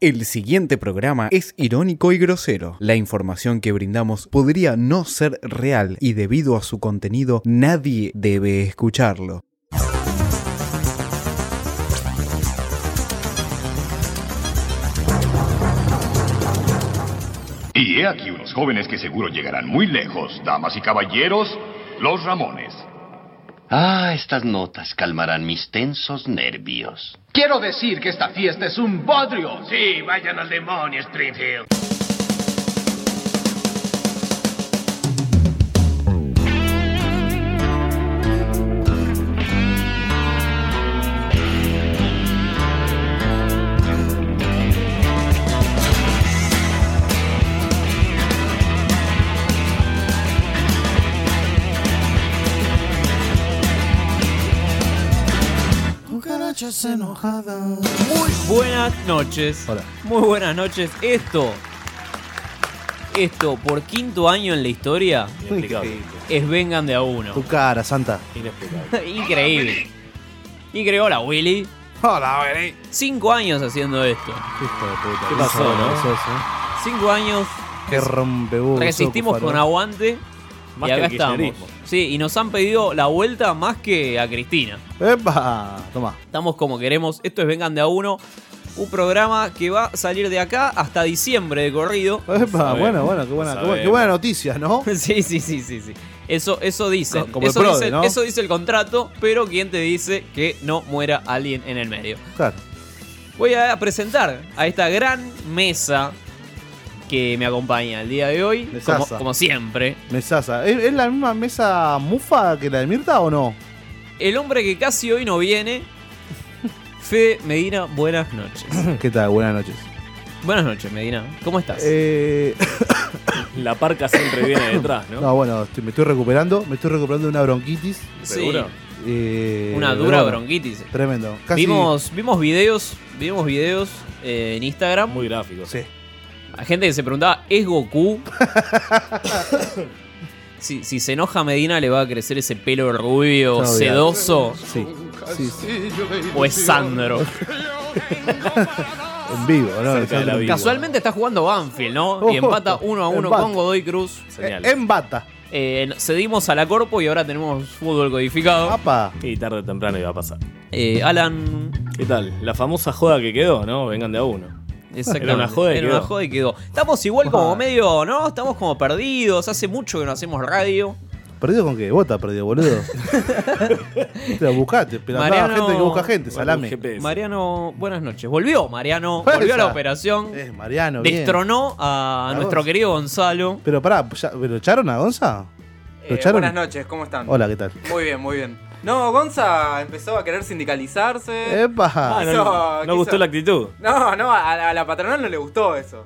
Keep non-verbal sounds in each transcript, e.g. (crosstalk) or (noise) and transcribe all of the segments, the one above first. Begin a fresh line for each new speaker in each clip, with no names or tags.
El siguiente programa es irónico y grosero. La información que brindamos podría no ser real y debido a su contenido nadie debe escucharlo.
Y he aquí unos jóvenes que seguro llegarán muy lejos, damas y caballeros, los Ramones.
Ah, estas notas calmarán mis tensos nervios.
Quiero decir que esta fiesta es un bodrio.
Sí, vayan al demonio, Springfield.
Muy buenas noches. Muy buenas noches. Esto, esto por quinto año en la historia es vengan de a uno.
Tu cara, Santa.
(laughs) Increíble. Increíble. Hola Willy.
Hola, Benny.
Cinco años haciendo esto.
Hijo de puta.
¿Qué pasó, no? Cinco años.
Qué rompebuzo.
Resistimos con aguante.
Más
y
que
acá
el
estamos.
kirchnerismo.
Sí, y nos han pedido la vuelta más que a Cristina.
¡Epa! Toma.
Estamos como queremos. Esto es Vengan de a uno. Un programa que va a salir de acá hasta diciembre de corrido. (laughs)
¡Epa! Bueno, bueno, qué buena, qué buena, qué buena noticia, ¿no?
Sí, sí, sí, sí, sí. Eso, eso dice.
Co- como el
eso,
Prode,
dice
¿no?
eso dice el contrato, pero ¿quién te dice que no muera alguien en el medio?
Claro.
Voy a presentar a esta gran mesa que me acompaña el día de hoy,
De
como,
Sasa.
como siempre.
Mesaza. ¿Es, es la misma mesa mufa que la de Mirta o no?
El hombre que casi hoy no viene, Fede Medina, buenas
(laughs)
noches.
¿Qué tal? Buenas noches.
buenas noches, Medina. ¿Cómo estás?
Eh,
La parca siempre viene detrás, ¿no?
no, bueno, estoy- me estoy recuperando. Me estoy recuperando de una bronquitis.
sí,
seguro.
eh,
una dura
bueno,
bronquitis.
Tremendo. Casi,
Vimos, vimos videos, vimos videos eh, en Instagram.
Muy gráfico.
Sí.
Hay gente que se preguntaba, ¿es
(laughs)
Goku? si, si se enoja Medina le va a crecer ese pelo rubio,
Obvio.
sedoso,
Sí. sí, sí.
o es Sandro.
En vivo, ¿no?
Cerca
(laughs)
de la vida. Oh,
Casualmente está jugando Banfield, ¿no? Y empata uno a uno
Empate.
con Godoy Cruz.
Señal.
En bata.
Eh, cedimos a la Corpo y ahora tenemos fútbol
Ah.
codificado.
Apa.
Y tarde o temprano iba a pasar.
Eh,
(laughs)
Alan,
¿Qué tal? La famosa joda que quedó, ¿no? Vengan de a uno.
exactamente.
Era una joda y
Era
quedó.
una joda y quedó. Estamos igual como medio, ¿no? Estamos como perdidos. Hace mucho que no hacemos radio.
¿Perdido con qué? Bota perdido, boludo. Te la buscaste, pero andaba
Mariano-
gente que busca gente,
Bueno, un
salame.
GPS.
Mariano, buenas noches. Volvió Mariano,
Fuerza.
volvió a la operación.
Es Mariano, bien.
Destronó a
A
nuestro
vos.
querido Gonzalo.
Pero pará, ya- ¿lo echaron a Gonza? ¿Lo
Eh,
echaron?
buenas noches, ¿cómo están?
Hola, ¿qué tal?
Muy bien, muy bien. No, Gonza empezó a querer sindicalizarse.
¡Epa!
Ah, no,
Quiso-
no
quiso-
gustó la actitud.
No, no, a, a la patronal no le gustó eso.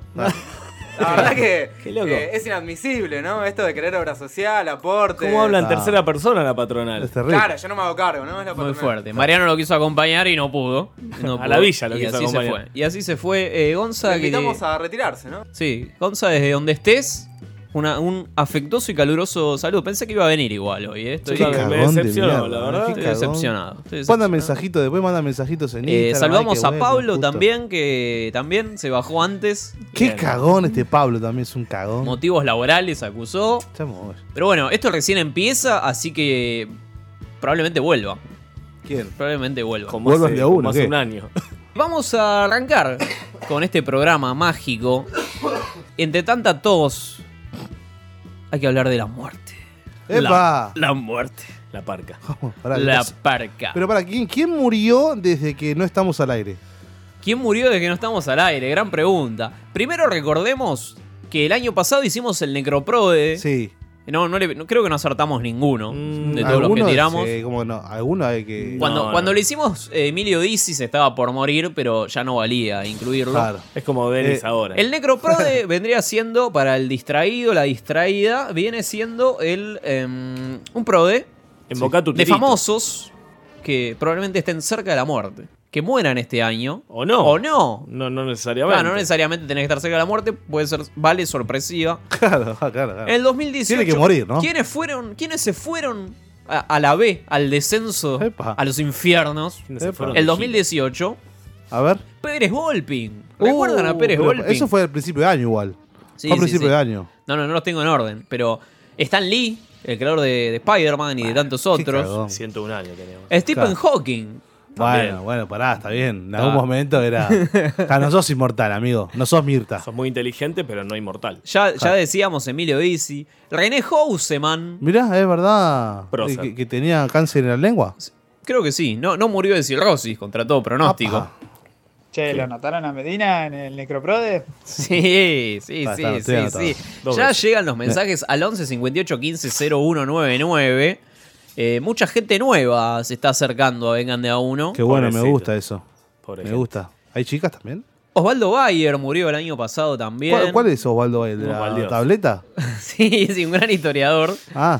La verdad que
Qué loco.
eh, es inadmisible, ¿no? Esto de querer obra social, aporte.
¿Cómo habla en
Ah.
tercera persona la patronal?
es terrible.
Claro, yo no me hago cargo, ¿no? Es la
Muy
patronal.
fuerte. Mariano lo quiso acompañar y no pudo. No
A
pudo.
la villa lo
y
quiso
así Se
acompañar.
fue. Y así se fue. Eh, Gonza,
Lo
que-
invitamos a retirarse, ¿no?
Sí, Gonza, desde donde estés, una- un afectuoso y caluroso saludo. Pensé que iba a venir igual hoy. eh. Estoy,
Sí,
estoy
claro. me
de
decepcionó,
mierda,
la verdad.
qué
Estoy
cagón.
decepcionado. Estoy
Manda
decepcionado.
mensajitos, después manda mensajitos en
Eh,
Instagram.
saludamos
ay,
a
qué bueno,
Pablo
justo.
también, que también se bajó antes. Eh,
Qué
Bien.
cagón este Pablo también, es un cagón.
Motivos laborales acusó.
Chamo,
Pero bueno, esto recién empieza, así que probablemente vuelva.
¿Quién?
Probablemente vuelva.
Como
Vuelvas
hace,
de a uno,
como hace
¿qué?
un año.
Vamos a arrancar con este programa mágico. Entre tanta tos, hay que hablar de la muerte.
eh. ¡Epa!
La, la muerte.
La parca.
Pará,
la
¿qué
parca.
pasa? Pero para, ¿quién, ¿quién murió desde que no estamos al aire?
¿Quién murió desde que no estamos al aire? Gran pregunta. Primero recordemos que el año pasado hicimos el Necroprode.
Sí.
No, no le- no- creo que no acertamos ninguno
Mm,
de todos los que
Algunos,
tiramos.
sí, como no, algunos hay que.
Cuan-
Cuando,
No,
cuando
no.
lo hicimos, eh, Emilio Dicis estaba por morir, pero ya no valía incluirlo.
Claro. (laughs)
Es como Dennis
Eh,
ahora.
El
(laughs)
Necroprode vendría siendo, para el distraído, la distraída, viene siendo el em, un prode
En Boca tu
de
tirito.
famosos que probablemente estén cerca de la muerte, que mueran este año.
O no.
O no.
No, no necesariamente.
Claro, no necesariamente tenés que estar cerca de la muerte, puede ser, vale, sorpresiva.
Claro, claro, claro.
En el 2018.
Tiene que morir, ¿no?
¿Quiénes fueron? ¿Quiénes se fueron a, a la B, al descenso,
Epa.
a los infiernos?
¿Quiénes se fueron de
El
gira?
2018,
A ver.
Pérez Volpin. ¿Recuerdan a Pérez
Uh, Pero
Volpi?
Eso fue al principio de año igual.
Sí,
fue al
sí,
principio
sí.
de año.
No, no, no los tengo en orden. Pero Stan Lee, el creador de, de Spider-Man y de tantos otros.
cagón.
101 años teníamos.
Stephen Hawking.
También.
Bueno, bueno, pará, está bien. En algún
Ah.
momento
(laughs)
era. Ah, no sos inmortal, amigo. No sos Mirta.
Sos muy inteligente, pero no inmortal.
Ya, ya decíamos Emilio Dizzy. René Houseman.
Mirá, es verdad.
Prócer.
Que, que tenía cáncer en la lengua.
Creo que sí. No, no murió de cirrosis, contra todo pronóstico.
Apa.
Che, ¿lo notaron a Medina en el Necroprode?
Sí, sí,
Está,
sí,
está, estoy
sí, sí.
anotado.
Dos
Ya
veces.
llegan los mensajes al 11 58 15 0199. Eh, mucha gente nueva se está acercando a Vengan de a uno.
Qué bueno, me
Pobrecito.
gusta eso.
Por
Me gusta. ¿Hay chicas también?
Osvaldo Bayer murió el año pasado también.
¿Cuál, cuál es Osvaldo? ¿El de la
Osvaldios.
tableta?
(laughs) Sí, sí, un gran historiador.
Ah,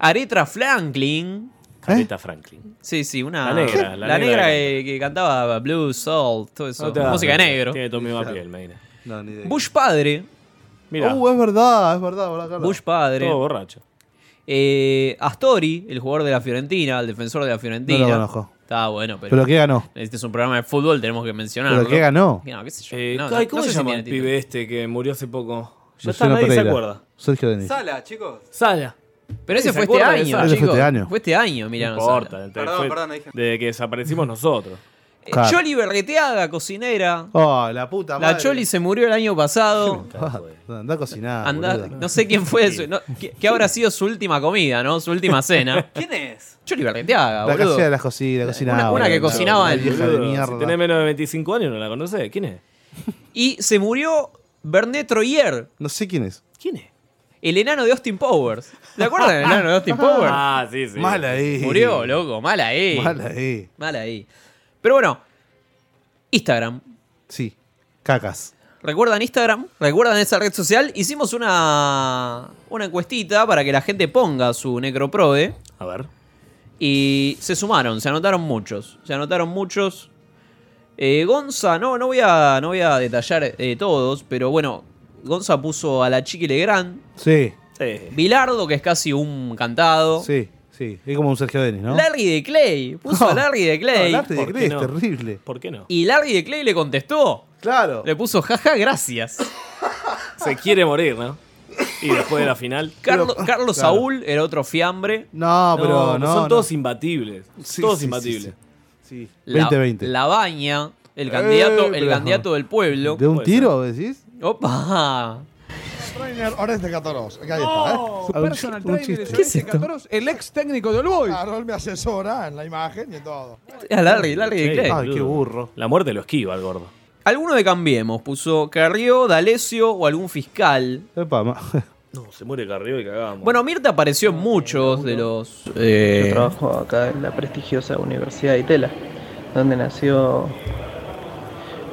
Aretra Franklin.
¿Eh?
Carita Franklin.
Sí, sí, una.
La negra, la negra
que, que cantaba Blue Soul, todo eso.
te das
música de
cuenta.
negro.
Tiene tu misma piel, me diré.
no, ni idea.
Bush padre.
Mirá,
Uh, es verdad, es verdad, verdad, Carla.
Bush padre.
todo borracho.
Eh, Astori, el jugador de la Fiorentina, el defensor de la Fiorentina.
No lo conozco.
Está bueno, pero,
¿Pero qué ganó?
este es un programa de fútbol, tenemos que mencionarlo.
¿Pero qué ganó?
No, qué sé yo.
Eh,
No,
ay,
no-
¿Cómo
no sé
se
si
llama
tiene
el
título.
pibe este que murió hace poco? Ya está,
Luciano
nadie se
Pereira.
acuerda.
Sergio Denis.
Sala, chicos.
Sala.
Pero ese
Sí,
fue
se
este
acuerda de
año,
Sala.
Ese fue
chicos.
este año.
Fue este año, mirá.
No
no Sala.
importa. entonces
Perdón,
fue
perdón, dije.
Desde que
(laughs)
desaparecimos nosotros.
Eh,
Claro.
Choli Berreteaga, cocinera.
Oh, la puta madre.
La Choli se murió el año pasado.
Ah, Andá a cocinar.
Andá-
boludo.
no sé quién fue, su, no, que, que habrá sido su última comida, ¿no? Su última
(laughs)
cena.
¿Quién es?
Choli Berreteaga,
La
boludo.
casera de las cocinas, cocinaba.
una
boludo.
que cocinaba
Una
el-
vieja de
Boludo,
mierda.
Si tenés menos de 25 años, no la conocés. ¿Quién es?
Y se murió Bernet Troyer,
No sé quién es.
¿Quién es?
el enano de Austin Powers. ¿Te acuerdas del enano de
(laughs)
Austin Powers?
Ah, sí, sí.
Mal ahí.
Murió, loco, mal ahí.
Mal ahí.
Mal ahí. E. Pero bueno, Instagram.
Sí. Cacas.
¿Recuerdan Instagram? ¿Recuerdan esa red social? Hicimos una, una encuestita para que la gente ponga su necroprode.
A ver.
Y se sumaron, se anotaron muchos. Se anotaron muchos. Eh, Gonza, no, no, voy a, no voy a detallar eh, todos, pero bueno, Gonza puso a la Chiqui Legrand.
Sí.
Sí.
Bilardo, que es casi un cantado.
Sí. Sí. Es como un Sergio Denis, ¿no?
Larry de Clay, puso a Larry de Clay.
No, Larry de
¿Por
Clay
qué
es
no?
terrible.
¿Por qué no?
Y Larry de Clay le contestó.
Claro.
Le puso jaja, gracias.
Se quiere morir, ¿no? Y después de la final.
Carlos, Carlos
claro.
Saúl era otro fiambre.
No, pero no.
son
no.
todos imbatibles.
Sí,
todos
sí,
imbatibles.
sí, Sí.
La,
20-20.
la Baña, el candidato,
Eh,
el
pero-
candidato del pueblo.
¿De un
Puede
tiro, decís?
Opa.
Su personal trainer
El ex técnico de Olboy.
A Ah, Larry, Larry de
Sí, Ah.
Clay.
Ay, qué burro.
La muerte lo esquiva el gordo.
Alguno de Cambiemos puso Carrió, D'Alessio o algún fiscal.
Epa, ma-
No, se muere Carrió y cagamos.
Bueno, Mirta apareció en muchos de los... eh,
Trabajo acá en la prestigiosa Universidad de Itela, donde nació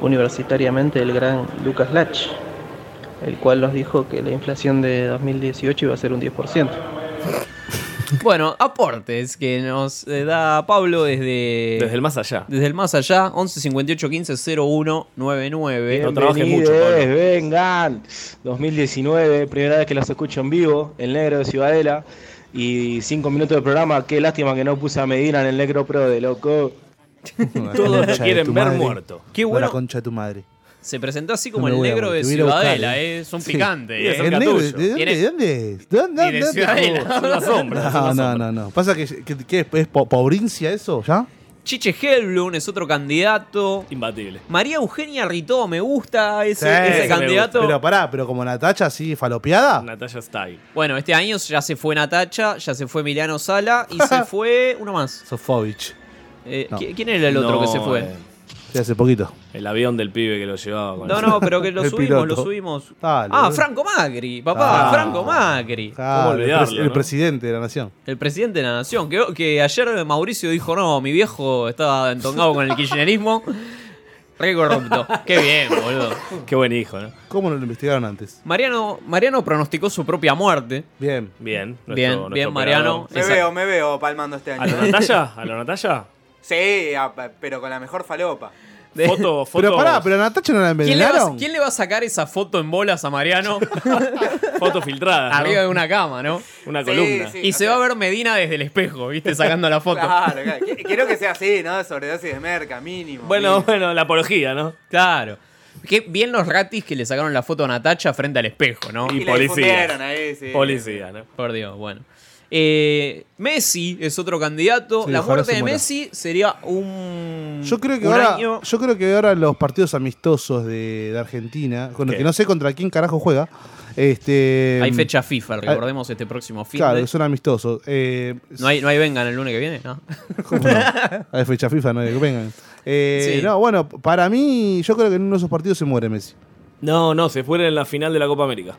universitariamente el gran Lucas Lach, el cual nos dijo que la inflación de 2018 iba a ser un 10%.
bueno, aportes que nos eh, da Pablo desde...
desde el más allá.
desde el más allá, 11 58 15 01 99.
No trabajes mucho, Pablo.
vengan. 2019, primera vez que los escucho en vivo, el negro de Ciudadela. Y cinco minutos de programa, qué lástima que no puse a Medina en el Negro Pro de loco.
La
Todos
concha
lo
de
quieren
tu
ver
madre.
muerto.
Qué
No,
bueno.
La concha de tu madre.
Se presentó así como el
No me voy a
negro
morir,
de
te voy a ir a
Ciudadela,
buscar,
eh. Es un
Sí.
picante,
Y
eh.
es cerca
El negro,
tuyo.
¿De
Tiene-
dónde? ¿De dónde? es? ¿De dónde?
Y de
dónde es?
Ciudadela.
Una sombra.
(laughs) No, no, no, no. ¿Pasa que, que, que es, es po- pobrincia eso? ¿Ya?
Chiche Helblum es otro candidato.
Imbatible.
María Eugenia Ritó, me gusta ese,
Sí,
ese
me
candidato.
Pero pará, pero como Natacha así falopeada.
Natalia Style.
Bueno, este año ya se fue Natacha, ya se fue Emiliano Sala y
(laughs)
se fue uno más.
Sofovich.
Eh,
No.
¿qui- ¿Quién era el otro
No,
que se fue?
eh,
Sí, hace poquito.
El avión del pibe que lo llevaba con
No,
el-
no, pero que lo
(laughs) El
subimos,
piloto.
lo subimos.
Dale,
ah,
boludo.
Franco Macri, papá,
Ah.
Franco Macri.
Ah, el,
olvidarlo,
pres- el
no?
presidente de la nación.
El presidente de la nación, que, que ayer Mauricio dijo, no, mi viejo estaba entongado con el kirchnerismo. Re corrupto. Qué bien, boludo.
Qué buen hijo, ¿no?
¿Cómo no lo investigaron antes?
Mariano, Mariano pronosticó su propia muerte.
Bien.
Bien. nuestro-
Bien,
nuestro
bien,
operador.
Mariano.
Me
Esa-
veo, me veo palmando este
¿A la
año.
Natalia? ¿A la Natalia?
Sí, a- pero con la mejor falopa.
De-
Foto, foto.
Pero pará, pero a Natacha no la
¿Quién le, va,
envenenaron.
quién le va a sacar esa foto en bolas a Mariano
Foto filtrada. ¿no?
arriba de una cama, no?
Una
Sí,
columna.
sí.
Y se
o
va a
sea-
ver Medina desde el espejo, ¿viste? Sacando la foto.
(laughs) Claro, claro. Qu- Quiero que sea así, ¿no? Sobredosis de merca, mínimo.
(laughs) Bueno,
mínimo.
bueno, la apología, ¿no?
Claro. Qué bien los ratis que le sacaron la foto a Natacha frente al espejo, ¿no?
Y Y la policías. difundieron ahí, sí.
Policías, ¿no?
Por Dios, bueno. Eh, Messi es otro candidato.
Sí,
la
ojalá
muerte
se
de
muera.
Messi sería un.
Yo creo que
un
ahora,
año-
yo creo que ahora los partidos amistosos de, de Argentina, con los
¿Qué?
que no sé contra quién carajo juega, este,
Hay fecha FIFA,
ah,
recordemos este próximo fin.
Claro,
de-
que son amistosos. Eh,
no, hay, no hay vengan el lunes que viene, ¿no? (laughs)
hay fecha FIFA, no hay que vengan. Eh,
Sí.
No, bueno, para mí, yo creo que en uno de esos partidos se muere Messi.
No, no, se fueron en la final de la Copa América.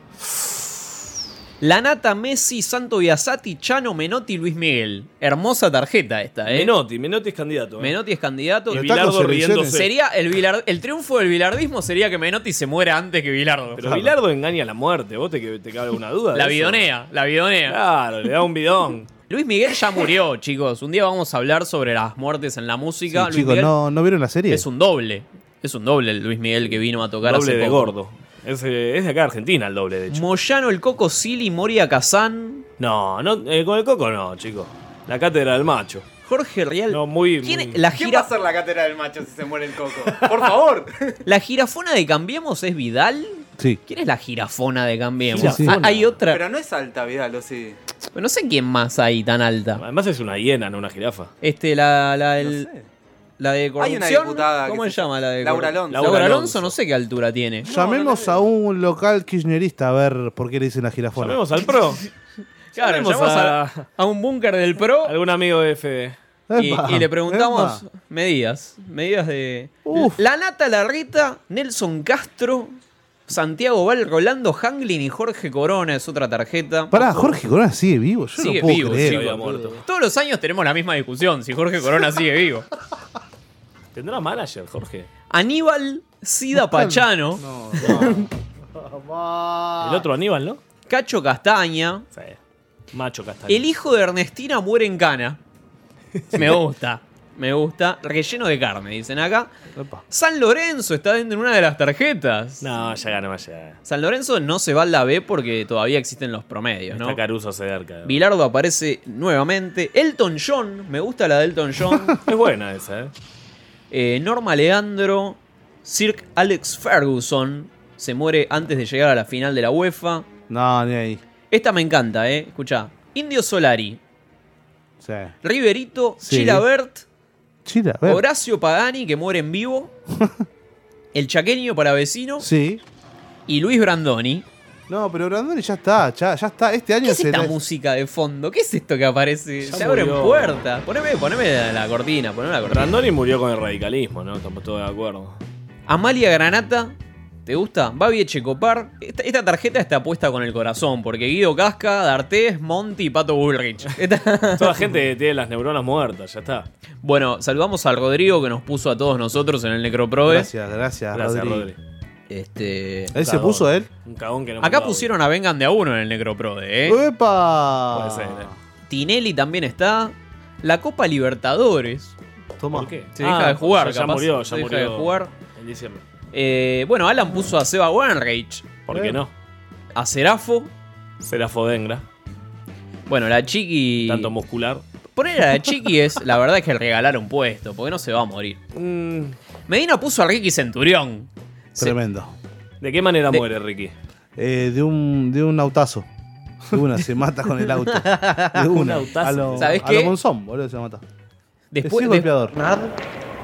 La Nata, Messi, Santo Biasati, Chano, Menotti, Luis Miguel. Hermosa tarjeta esta, ¿eh?
Menotti, Menotti es candidato. ¿eh?
Menotti es candidato.
Y Bilardo riéndose.
Sería el, Bilar- el triunfo del bilardismo sería que Menotti se muera antes que Bilardo.
Pero Bilardo engaña a la muerte, vos te, que- te cabe alguna duda. de
La
eso?
bidonea, la bidonea.
Claro, le da
(laughs)
un bidón.
Luis Miguel ya murió, chicos. Un día vamos a hablar sobre las muertes en la música. Luis
Chicos,
Miguel
no, ¿no vieron la serie?
es un doble. Es un doble el Luis Miguel que vino a tocar
Doble
hace
de
poco.
gordo. Es, eh, es de acá de Argentina el doble, de hecho.
Moyano, el Coco Silly, Moria Kazán,
No, no eh, con el coco no, chico. La cátedra del macho.
Jorge Real.
No, muy.
¿Quién
muy-
es- la,
¿Quién va
gira,
a hacer la cátedra del macho si se muere el coco? Por favor.
¿La girafona de Cambiemos es Vidal?
Sí.
¿Quién es la girafona de Cambiemos?
Girafona.
Ah, hay otra.
Pero no es alta, Vidal, o sí.
pero no sé quién más hay tan alta.
Además es una hiena, no una jirafa.
Este, la, la del-
No sé.
La de corrupción.
una diputada que
¿Cómo
se
se llama la de
Laura
corru-
Alonso.
Laura,
Laura
Alonso,
Alonso.
no sé qué altura tiene.
Llamemos
no la
a un local kirchnerista a ver por qué le dicen la jirafona.
Llamemos al pro.
(laughs) Claro,
Llamemos
llamamos a,
a-
a un búnker del pro
Algún amigo de FD.
y,
Epa,
y le preguntamos
epa.
medidas. Medidas de.
Uf.
La Nata Larreta, Nelson Castro, Santiago Val, Rolando Hanglin y Jorge Corona es otra tarjeta.
Pará, Jorge Corona sigue vivo. Yo
Sigue
no puedo
vivo,
creer.
sigue
Había
boludo.
muerto.
Todos los años tenemos la misma discusión, si Jorge Corona sigue
(laughs)
vivo.
¿Tendrá manager, Jorge?
Aníbal Sida Pachano,
El otro Aníbal, ¿no?
Cacho Castaña,
Sí. Macho castaño.
El hijo de Ernestina muere en
(laughs)
cana. Me gusta, me gusta. Relleno de carne, dicen acá.
Epa.
San Lorenzo está dentro de una de las tarjetas.
No, ya ganó, ya.
San Lorenzo no se va a la B porque todavía existen los promedios,
Está
¿no?
Caruso cerca.
Bilardo aparece nuevamente. Elton John, me gusta la de Elton
(laughs)
John.
Es buena esa, ¿eh?
Eh, Norma Leandro, Sir Alex Ferguson, se muere antes de llegar a la final de la UEFA.
No, ni ahí.
Esta me encanta, ¿eh? Escucha. Indio Solari,
Sí.
Riverito,
Sí.
Chilabert,
Chila, a ver.
Horacio Pagani, que muere en
(laughs)
vivo. El chaqueño para vecino.
Sí.
Y Luis Brandoni.
No, pero Brandoni ya está, ya, ya está. Este año
¿Qué es
se
esta
la-
música de fondo? ¿Qué es esto que aparece?
Ya
Se abren
murió.
puertas. Poneme, poneme la, la cortina, poneme la cortina.
Randoni murió con el radicalismo, ¿no? Estamos todos de acuerdo.
Amalia Granata. ¿Te gusta? Babi Echecopar. Esta, esta tarjeta está puesta con el corazón, porque Guido Casca, D'Artés, Monty y Pato
(laughs)
Bullrich. Esta-
Toda gente que tiene las neuronas muertas, ya está.
Bueno, saludamos al Rodrigo que nos puso a todos nosotros en el Necroprobe.
Gracias, gracias,
Gracias,
Rodri.
Rodri.
Este.
¿Él se
Cagón.
puso él?
Un cagón que no
Acá
mandaba.
pusieron a Vengan de a uno en el Necroprode, ¿eh?
Uh.
¡Epa!
Puede ser, eh.
Tinelli también está. La Copa Libertadores.
Toma.
¿Por qué?
Se deja de jugar,
o sea, Ah, ya
capaz.
murió,
Se
ya
deja
murió.
de jugar.
En diciembre.
Eh, bueno, Alan puso a Seba Wanreich,
¿Por qué
Eh.
no?
a Serafo.
Será Fodengra.
Bueno, la Chiqui.
Tanto muscular.
Poner a la Chiqui es, la verdad, es que regalar un puesto, porque no se va a morir. Mm. Medina puso a Ricky Centurión. Se-
Tremendo.
¿De qué manera
De-
muere Ricky?
Eh, de, un, de un autazo. De una, se mata con
(laughs)
el auto. De una.
Un autazo.
A lo,
¿Sabés
a
qué?
lo Monzón, boludo, se mata.
después,
es
de-
golpeador.
Bernardo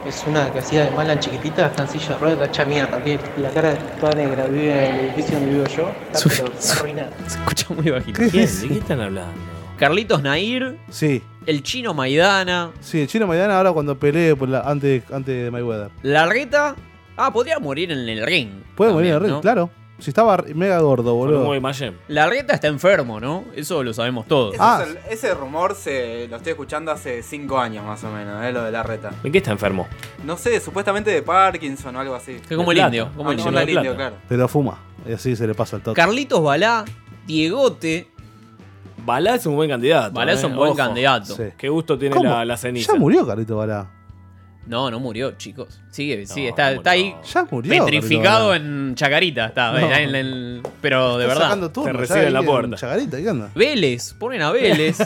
es una que hacía de mala en chiquitita, cancilla rueda, hecha mierda, que la cara toda negra, vive en el edificio donde vivo yo, está,
Su-
pero
su-
arruinada.
(laughs) se escucha muy bajito.
¿Qué
¿Quién?
es?
¿De qué están hablando?
Carlitos Nair,
Sí,
el chino Maidana,
sí, el chino Maidana ahora cuando pelee por la, antes, antes de Mayweather.
Larreta. Ah, podría morir en el ring.
Puede morir
también,
en el ring,
¿no?
claro. Si estaba re- mega gordo,
Con un
boludo.
Moy Mayem.
Larreta está enfermo, ¿no? Eso lo sabemos todos.
Ese,
Ah.
es el- ese rumor se lo estoy escuchando hace 5 años más o menos, eh, lo de la reta.
¿De qué está enfermo?
No sé, supuestamente de Parkinson o algo así.
Que como el
Plata.
indio. Como
Ah,
el
no,
indio.
onda
de
indio,
plata.
claro.
Pero fuma. Y así se le pasa al toto.
Carlitos Balá, Diegote.
Balá es un buen candidato.
Balá es
¿eh?
un buen
Ojo.
candidato.
Sí.
Qué gusto tiene
¿Cómo?
la, la ceniza.
Ya murió Carlito Balá.
No, no murió, chicos. Sigue, sigue, está,
no
está ahí
Ya murió,
petrificado
Carlos.
en Chacarita. Está,
No.
en el- pero de
Está
verdad.
sacando turno, ya ahí en Chacarita, ¿qué onda? (laughs)
Vélez, ponen a Vélez.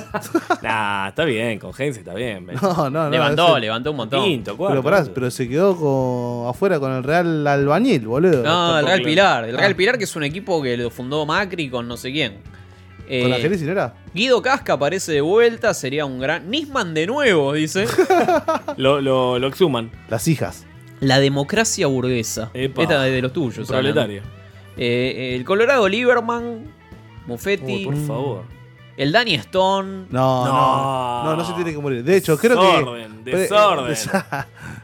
Nah, está bien, con Gensi
(laughs)
está bien. Vélez.
No, no, no,
levantó,
ese-
levantó un montón.
Quinto, cuarto.
Pero pará, pero se quedó con- afuera con el Real Albañil, boludo.
No, el Real Pilar. El
Ah.
Real Pilar que es un equipo que lo fundó Macri con no sé quién. Eh,
¿Con la Jerez no era?
Guido Casca aparece de vuelta, sería un gran... Nisman de nuevo,
(laughs)
dice.
lo, lo, lo exhuman.
Las hijas.
La democracia burguesa.
Epa.
Esta es de los tuyos.
Proletaria.
Alan. Eh, eh, el Colorado Lieberman, Muffetti.
Oh, por favor.
El Danny Stone.
No, no, no, no, se tiene que morir. De hecho, creo
Desorden,
(laughs) que.
desorden.
Des-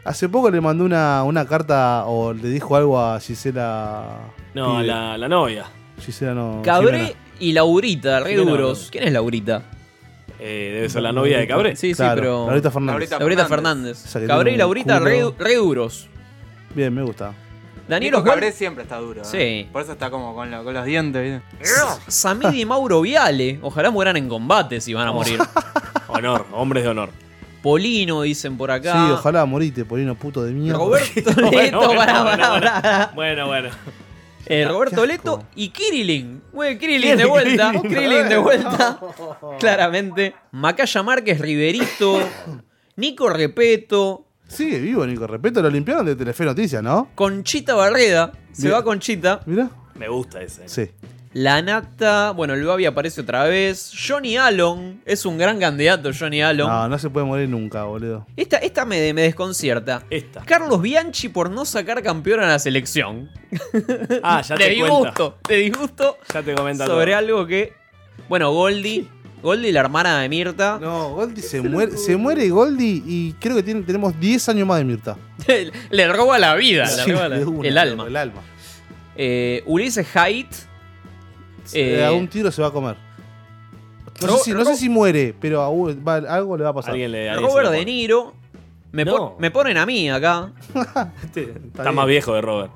Hace poco le mandó una, una carta o le dijo algo a Gisela.
No,
Pibe.
la, la novia.
Gisela no.
Cabré
Jimena.
y Laurita, re
Jimena,
duros. ¿Quién es Laurita?
Eh, debe ser la novia de Cabré.
Sí, sí, pero.
Claro, Laurita Fernández.
Laurita
Laurita
Fernández.
Fernández. Esa que
Cabré
tiene
y
un
Laurita, re,
culo.
re duros.
Bien, me gusta.
Daniel
Nico
Oswald-
Cabré siempre está duro. ¿eh?
Sí.
Por eso está como con, lo- con los dientes. ¿viste?
Samidi y Mauro Viale. Ojalá mueran en combate si van a morir.
(laughs) Honor, hombres de honor.
Polino, dicen por acá.
Sí, ojalá morite, polino puto de mierda. (laughs)
Roberto Leto, pará, pará, pará.
Bueno, bueno.
Eh, Roberto Leto y Kirilin. Mueve Kirilin de vuelta.
(laughs)
Kirilin,
Kirilin de
no.
vuelta. Claramente. Macaya Márquez Riverito. Nico Repeto.
Sigue vivo, Nico. Respeto, lo limpiaron de Telefe Noticias, ¿no?
Conchita Barreda. Se
Bien.
va Conchita.
Mira.
Me gusta ese.
Sí.
La Nata. Bueno, el Babi aparece otra vez. Johnny Allen. Es un gran candidato, Johnny Allen.
No, no se puede morir nunca, boludo.
Esta, esta me, me desconcierta. (laughs)
Esta.
Carlos Bianchi por no sacar campeón a la selección.
Ah, ya
te
te cuenta.
disgusto, te disgusto.
Ya te comenta
sobre
todo.
algo que. Bueno, Goldi. Goldi, la hermana de Mirta.
No, Goldi se muere, se muere Goldi y creo que tiene- tenemos 10 años más de Mirta.
le roba la vida, le
Sí,
roba la-
de una,
el alma.
El alma.
Eh, Ulises Haidt.
Eh,
eh,
a un tiro se va a comer. No,
Ro-
sé, si, no sé
Ro-
si muere, pero a un- va- algo le va a pasar.
Alguien le alguien se
Robert
lo
De
pone.
Niro. Me,
No.
pon- me ponen a mí
(laughs)
acá.
Está más viejo de Robert.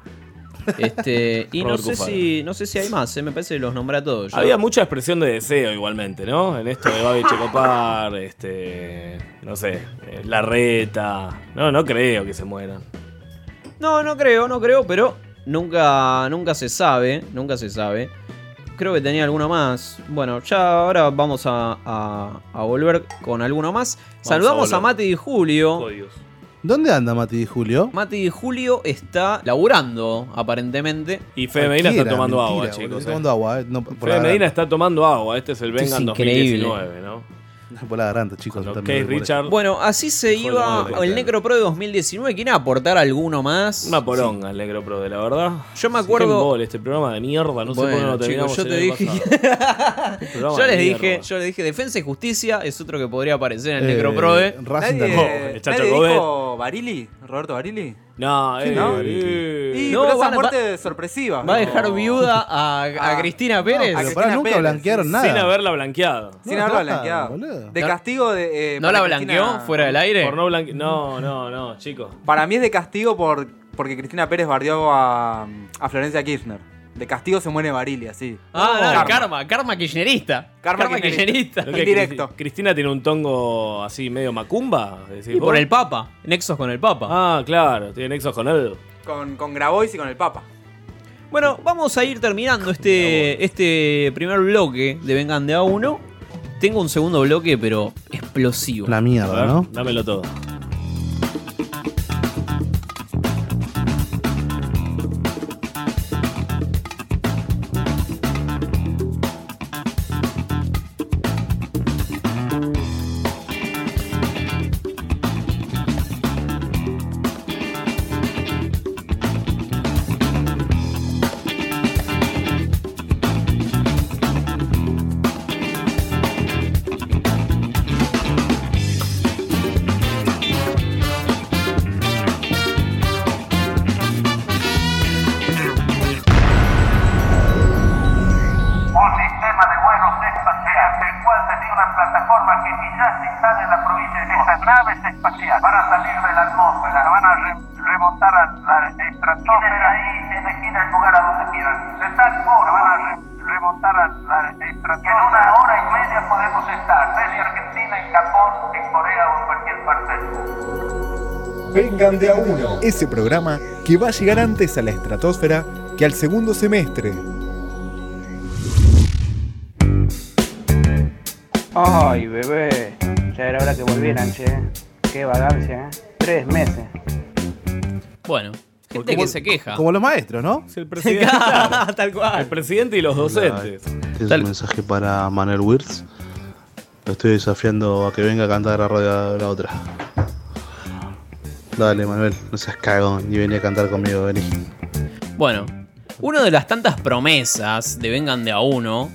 Este, y no
Robert
sé,
Cufaro.
si, no sé si hay más, eh, me parece que los nombré a todos. yo.
Había mucha expresión de deseo igualmente, ¿no? En esto de Babi Checopar, este. No sé, eh, la reta. No, no creo que se mueran.
No, no creo, no creo, pero nunca, nunca se sabe, nunca se sabe. Creo que tenía alguno más. Bueno, ya ahora vamos a, a- a volver con alguno más. Saludamos a,
volver.
Mati y Julio.
¿Dónde anda Mati Di Julio?
Mati Di Julio está laburando, aparentemente.
Y Fede Medina está
Cualquiera,
tomando
mentira,
agua,
boludo,
chicos.
Está
eh.
tomando agua, eh, no, por,
Fede
la
Medina está tomando agua. Este es el
Esto es
Vengan
increíble.
2019, ¿no?
garganta, por la garganta, chicos.
Cuando
también
Keith
me
Richard.
Bueno, así se
Hijo de
iba
madre,
el
claro.
Necropro de 2019. ¿Quieren aportar alguno más?
Una poronga el Negro Pro, de la verdad.
Yo me
Sí, qué
acuerdo-
embole este programa de mierda, no sé por qué
Bueno,
no lo
chicos,
terminamos.
yo
el
te
año
dije (laughs)
pasado. Qué programa
yo
de
les dije,
mierda.
yo les dije, Defensa y Justicia es otro que podría aparecer en el
Eh,
Necroproe.
Racing
¿Nadie,
(laughs)
también.
el Chacho
nadie
Gobet.
dijo Barili? ¿Roberto Barili?
No, eh,
¿no?
eh,
Y
No, van
pero esa
a-
muerte sorpresiva.
Va a
¿no?
dejar viuda a, a
(laughs) Ah.
Cristina Pérez.
Pero
a Cristina
pará, nunca
Pérez,
blanquearon nada.
Sin haberla blanqueado.
Sin
No,
haberlo
nada,
blanqueado.
boludo.
De
No-
castigo de. eh,
¿No la
para
blanqueó
Cristina-
fuera del aire?
Por no blanque- No, no, no, chicos.
Para mí es de castigo por, porque Cristina Pérez bardeó a, a Florencia Kirchner. De castigo se muere Barili, así.
Ah, no, karma.
Karma.
karma, kirchnerista.
Karma kirchnerista.
Lo
En
que Cristi-
directo.
Cristina tiene un tongo así medio macumba. decís
Y por
vos.
el Papa, nexos con el Papa.
Ah, claro, tiene nexos con él.
Con, con Grabois y con el Papa. Ah.
Bueno, vamos a ir terminando este, este primer bloque de Vengan de A1. Tengo un segundo bloque, pero explosivo.
La
A
mierda,
ver,
¿no?
(laughs)
dámelo todo.
Un sistema de vuelos espacial, el cual tenía una plataforma que quizás está en la provincia de Estas naves espaciales van a salir de la atmósfera, van a re- remontar a la estratosfera. Y desde ahí elegir el lugar a donde quieran. De tal forma van a re- remontar a la estratosfera. Que en una hora y media podemos estar desde Argentina, en Japón, en Corea o en cualquier parte del mundo.
Vengan de a uno. Ese programa que va a llegar antes a la estratosfera que al segundo semestre.
Ay, bebé. Ya era hora que volvieran, che. Qué vagancia, ¿eh? Tres meses.
Bueno, gente
Como-
que se queja. (laughs)
Como los maestros, ¿no?
El presidente,
claro. Tal cual.
El presidente y los docentes.
Este es un mensaje para Manuel Wirtz. Lo estoy desafiando a que venga a cantar a radio la otra. Dale, Manuel, no seas cagón y vení a cantar conmigo, vení.
Bueno, una de las tantas promesas de Vengan de a uno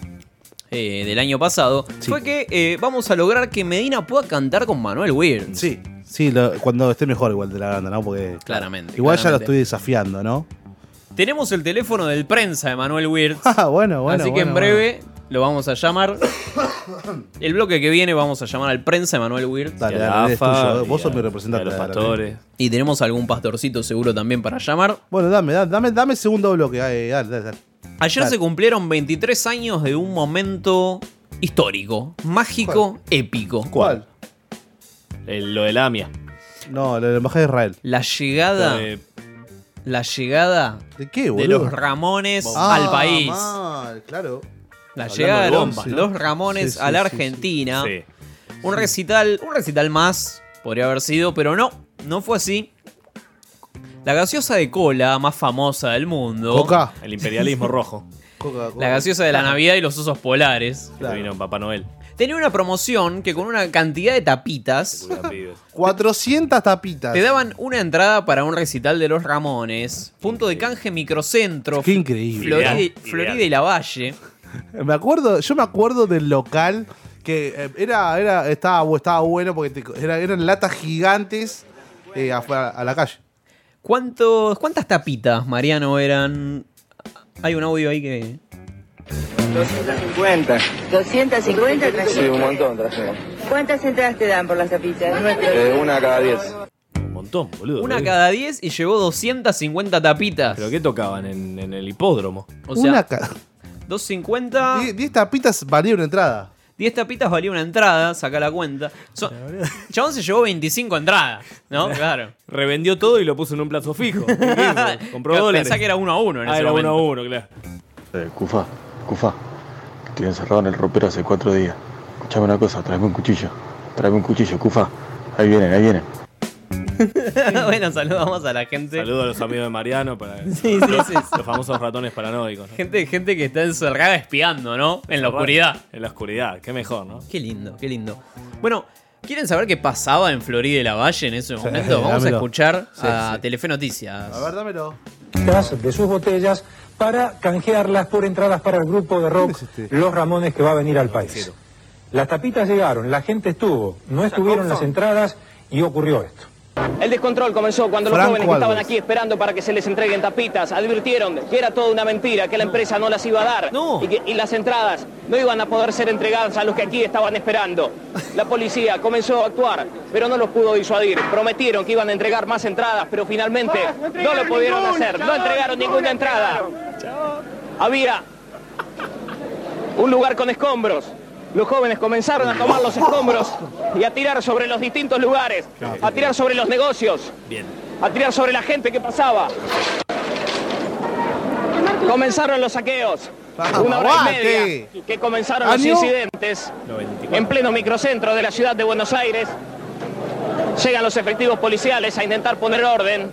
eh, del año pasado fue que eh, vamos a lograr que Medina pueda cantar con Manuel Weird.
Sí. Sí, lo- cuando esté mejor igual de la banda, ¿no? Porque.
Claramente,
Igual ya
claramente.
lo estoy desafiando, ¿no? (laughs)
Tenemos el teléfono del prensa de Manuel Weird.
Ah, bueno, (laughs) bueno.
así que en
bueno,
breve lo vamos a llamar. el bloque que viene vamos a llamar al prensa de Manuel Weird.
Dale, Y a la dale, es AFA, tuyo. Vos y sos a- mi representante, y a los dale, dale. pastores.
Y tenemos algún pastorcito seguro también para llamar.
Bueno, dame, da- dame, dame el segundo bloque. Ay, dale, dale, dale.
Ayer
Dale.
se cumplieron 23 años de un momento histórico, mágico, épico.
¿Cuál?
lo del AMIA.
No, la la embajada de Israel.
La llegada.
La de-
La llegada
¿De qué,
de
boludo?
los Ramones
Ah,
al país.
mal, claro.
La
Hablando
llegada de
de
los,
bombas, ¿no?
los Ramones
Sí, sí,
a la
sí,
Argentina. Un recital, un recital más podría haber sido, pero no, no fue así. La gaseosa de cola más famosa del mundo.
Coca.
El imperialismo rojo.
La gaseosa de la Navidad y los osos polares.
Que vino Papá
(laughs)
Noel.
Tenía una promoción que con una cantidad de tapitas
400 tapitas.
te daban una entrada para un recital de los Ramones. Punto de canje microcentro.
Qué increíble. ¿eh?
Florida,
Ideal,
Florida
ideal.
y la Valle.
Me acuerdo, yo me acuerdo del local que eh, era, era, estaba, bu- estaba bueno porque te- era- eran latas gigantes eh, afuera- a, la calle.
¿Cuántos, ¿Cuántas tapitas, Mariano, eran? Hay un audio ahí que.
250. 250 ¿Cuántas entradas te dan por las tapitas?
una cada 10.
Un montón, boludo. ¿eh?
Una cada 10 y llegó 250 tapitas.
¿Pero qué tocaban en, en el hipódromo?
O sea,
Una ca-
250.
10, tapitas valía una entrada.
10 tapitas valía una entrada, saca la cuenta. Son- Chabón se llevó 25 entradas, ¿no? Claro.
Revendió todo y lo puso en un plazo
(laughs)
fijo. ¿Qué hizo? Compró
Pensá
dólares.
que era uno a uno en
Ah,
ese
era
momento.
uno a uno, claro.
Eh, Cufa, Cufa, estoy encerrado en el ropero hace cuatro días. Escuchame una cosa, tráeme un cuchillo, tráeme un cuchillo, Cufa. Ahí vienen, ahí vienen.
(laughs) bueno, saludamos a la gente.
Saludos a los amigos de Mariano para
(laughs) Sí, sí,
los,
sí,
los famosos ratones paranoicos. ¿no?
Gente, gente que está encerrada espiando, ¿no? En la oscuridad.
En la oscuridad, qué mejor, ¿no?
Qué lindo, qué lindo. Bueno, ¿quieren saber qué pasaba en Florida y la Valle en ese momento? Vamos
dámelo.
a escuchar
Sí,
a Telefe Noticias.
A ver, dámelo.
de sus botellas para canjearlas por entradas para el grupo de rock
este?
Los Ramones que va a venir al país. Las tapitas llegaron, la gente estuvo, no estuvieron las entradas y ocurrió esto.
El descontrol comenzó cuando los
Franco
jóvenes que estaban
Álvarez.
aquí esperando para que se les entreguen tapitas advirtieron que era toda una mentira, que la empresa no las iba a dar y, que, y las entradas no iban a poder ser entregadas a los que aquí estaban esperando. La policía comenzó a actuar, pero no los pudo disuadir. Prometieron que iban a entregar más entradas, pero finalmente no lo pudieron hacer, no entregaron ninguna entrada. Había un lugar con escombros. Los jóvenes comenzaron a tomar los escombros y a tirar sobre los distintos lugares, a tirar sobre los negocios,
Bien.
a tirar sobre la gente que pasaba. Comenzaron los saqueos. Una hora y
Ah, aguante.
media que comenzaron los
Año
incidentes en pleno microcentro de la ciudad de Buenos Aires. Llegan los efectivos policiales a intentar poner orden.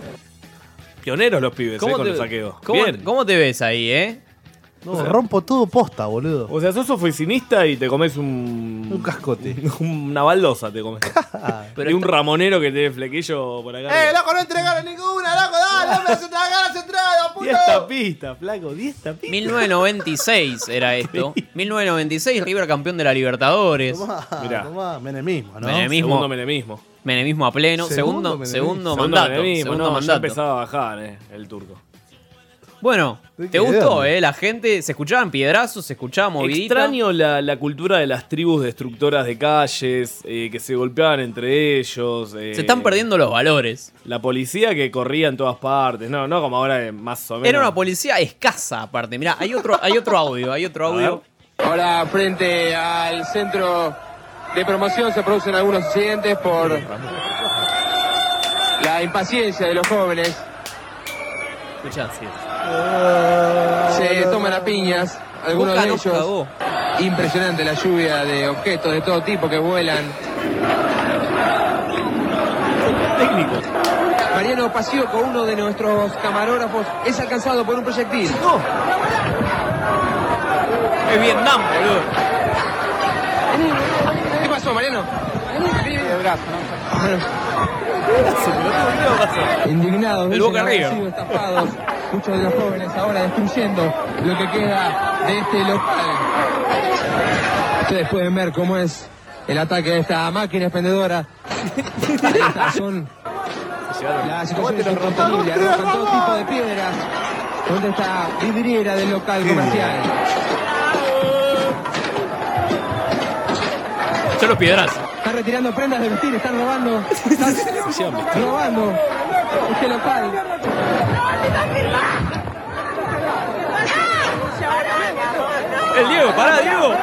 Pioneros los pibes, ¿eh?
¿Cómo
Con
te-
los saqueos.
¿Cómo,
Bien.
cómo te ves ahí, eh?
No, rompo todo posta, boludo.
O sea, sos oficinista y te comes un. (laughs) Un
cascote.
Una baldosa te comes. y un ramonero que tiene flequillo por acá.
¡Eh, loco, no entregaron ninguna, loco! ¡Dale, dame las entradas,
(laughs)
las entradas, puto!
10 tapitas, flaco, 10 tapitas.
1996 era esto. 1996, River campeón de la Libertadores.
Tomá,
Mirá.
tomá, menemismo, ¿no?
Menemismo.
Segundo menemismo.
Menemismo a pleno. Segundo, segundo, mandato. segundo
no, ya
mandato.
empezaba a bajar, eh, el turco.
Bueno, te
qué
gustó,
dónde?
eh. La gente se escuchaban piedrazos, se escuchaba movidita.
Extraño la, la cultura de las tribus destructoras de calles, eh, que se golpeaban entre ellos. eh,
Se están perdiendo los valores.
La policía que corría en todas partes. No, no como ahora eh, más o menos.
Era una policía escasa, aparte. Mirá, hay otro, hay otro audio, hay otro audio.
Ahora frente al centro de promoción se producen algunos accidentes por la
la impaciencia de los jóvenes. Se toman a piñas, algunos
Boca
de
nos
ellos.
cagó.
Impresionante la lluvia de objetos de todo tipo que vuelan. Técnico. Mariano Pasioco, uno de nuestros camarógrafos, es alcanzado por un proyectil. Es Vietnam, boludo. ¿Qué pasó, Mariano? Indignados,
El
dicen
Boca
haber
River.
sido estafados. Muchos de los jóvenes ahora destruyendo lo que queda de este local. Ustedes pueden ver cómo es el ataque de esta máquina expendedora. (laughs) Ahí está, son la situación es incontenible. Arrojan todo tipo de piedras. ¿Dónde está vidriera del local comercial?
Son los piedras.
Están retirando prendas de vestir, están robando. Están robando. Este local.
El Diego, pará, Diego.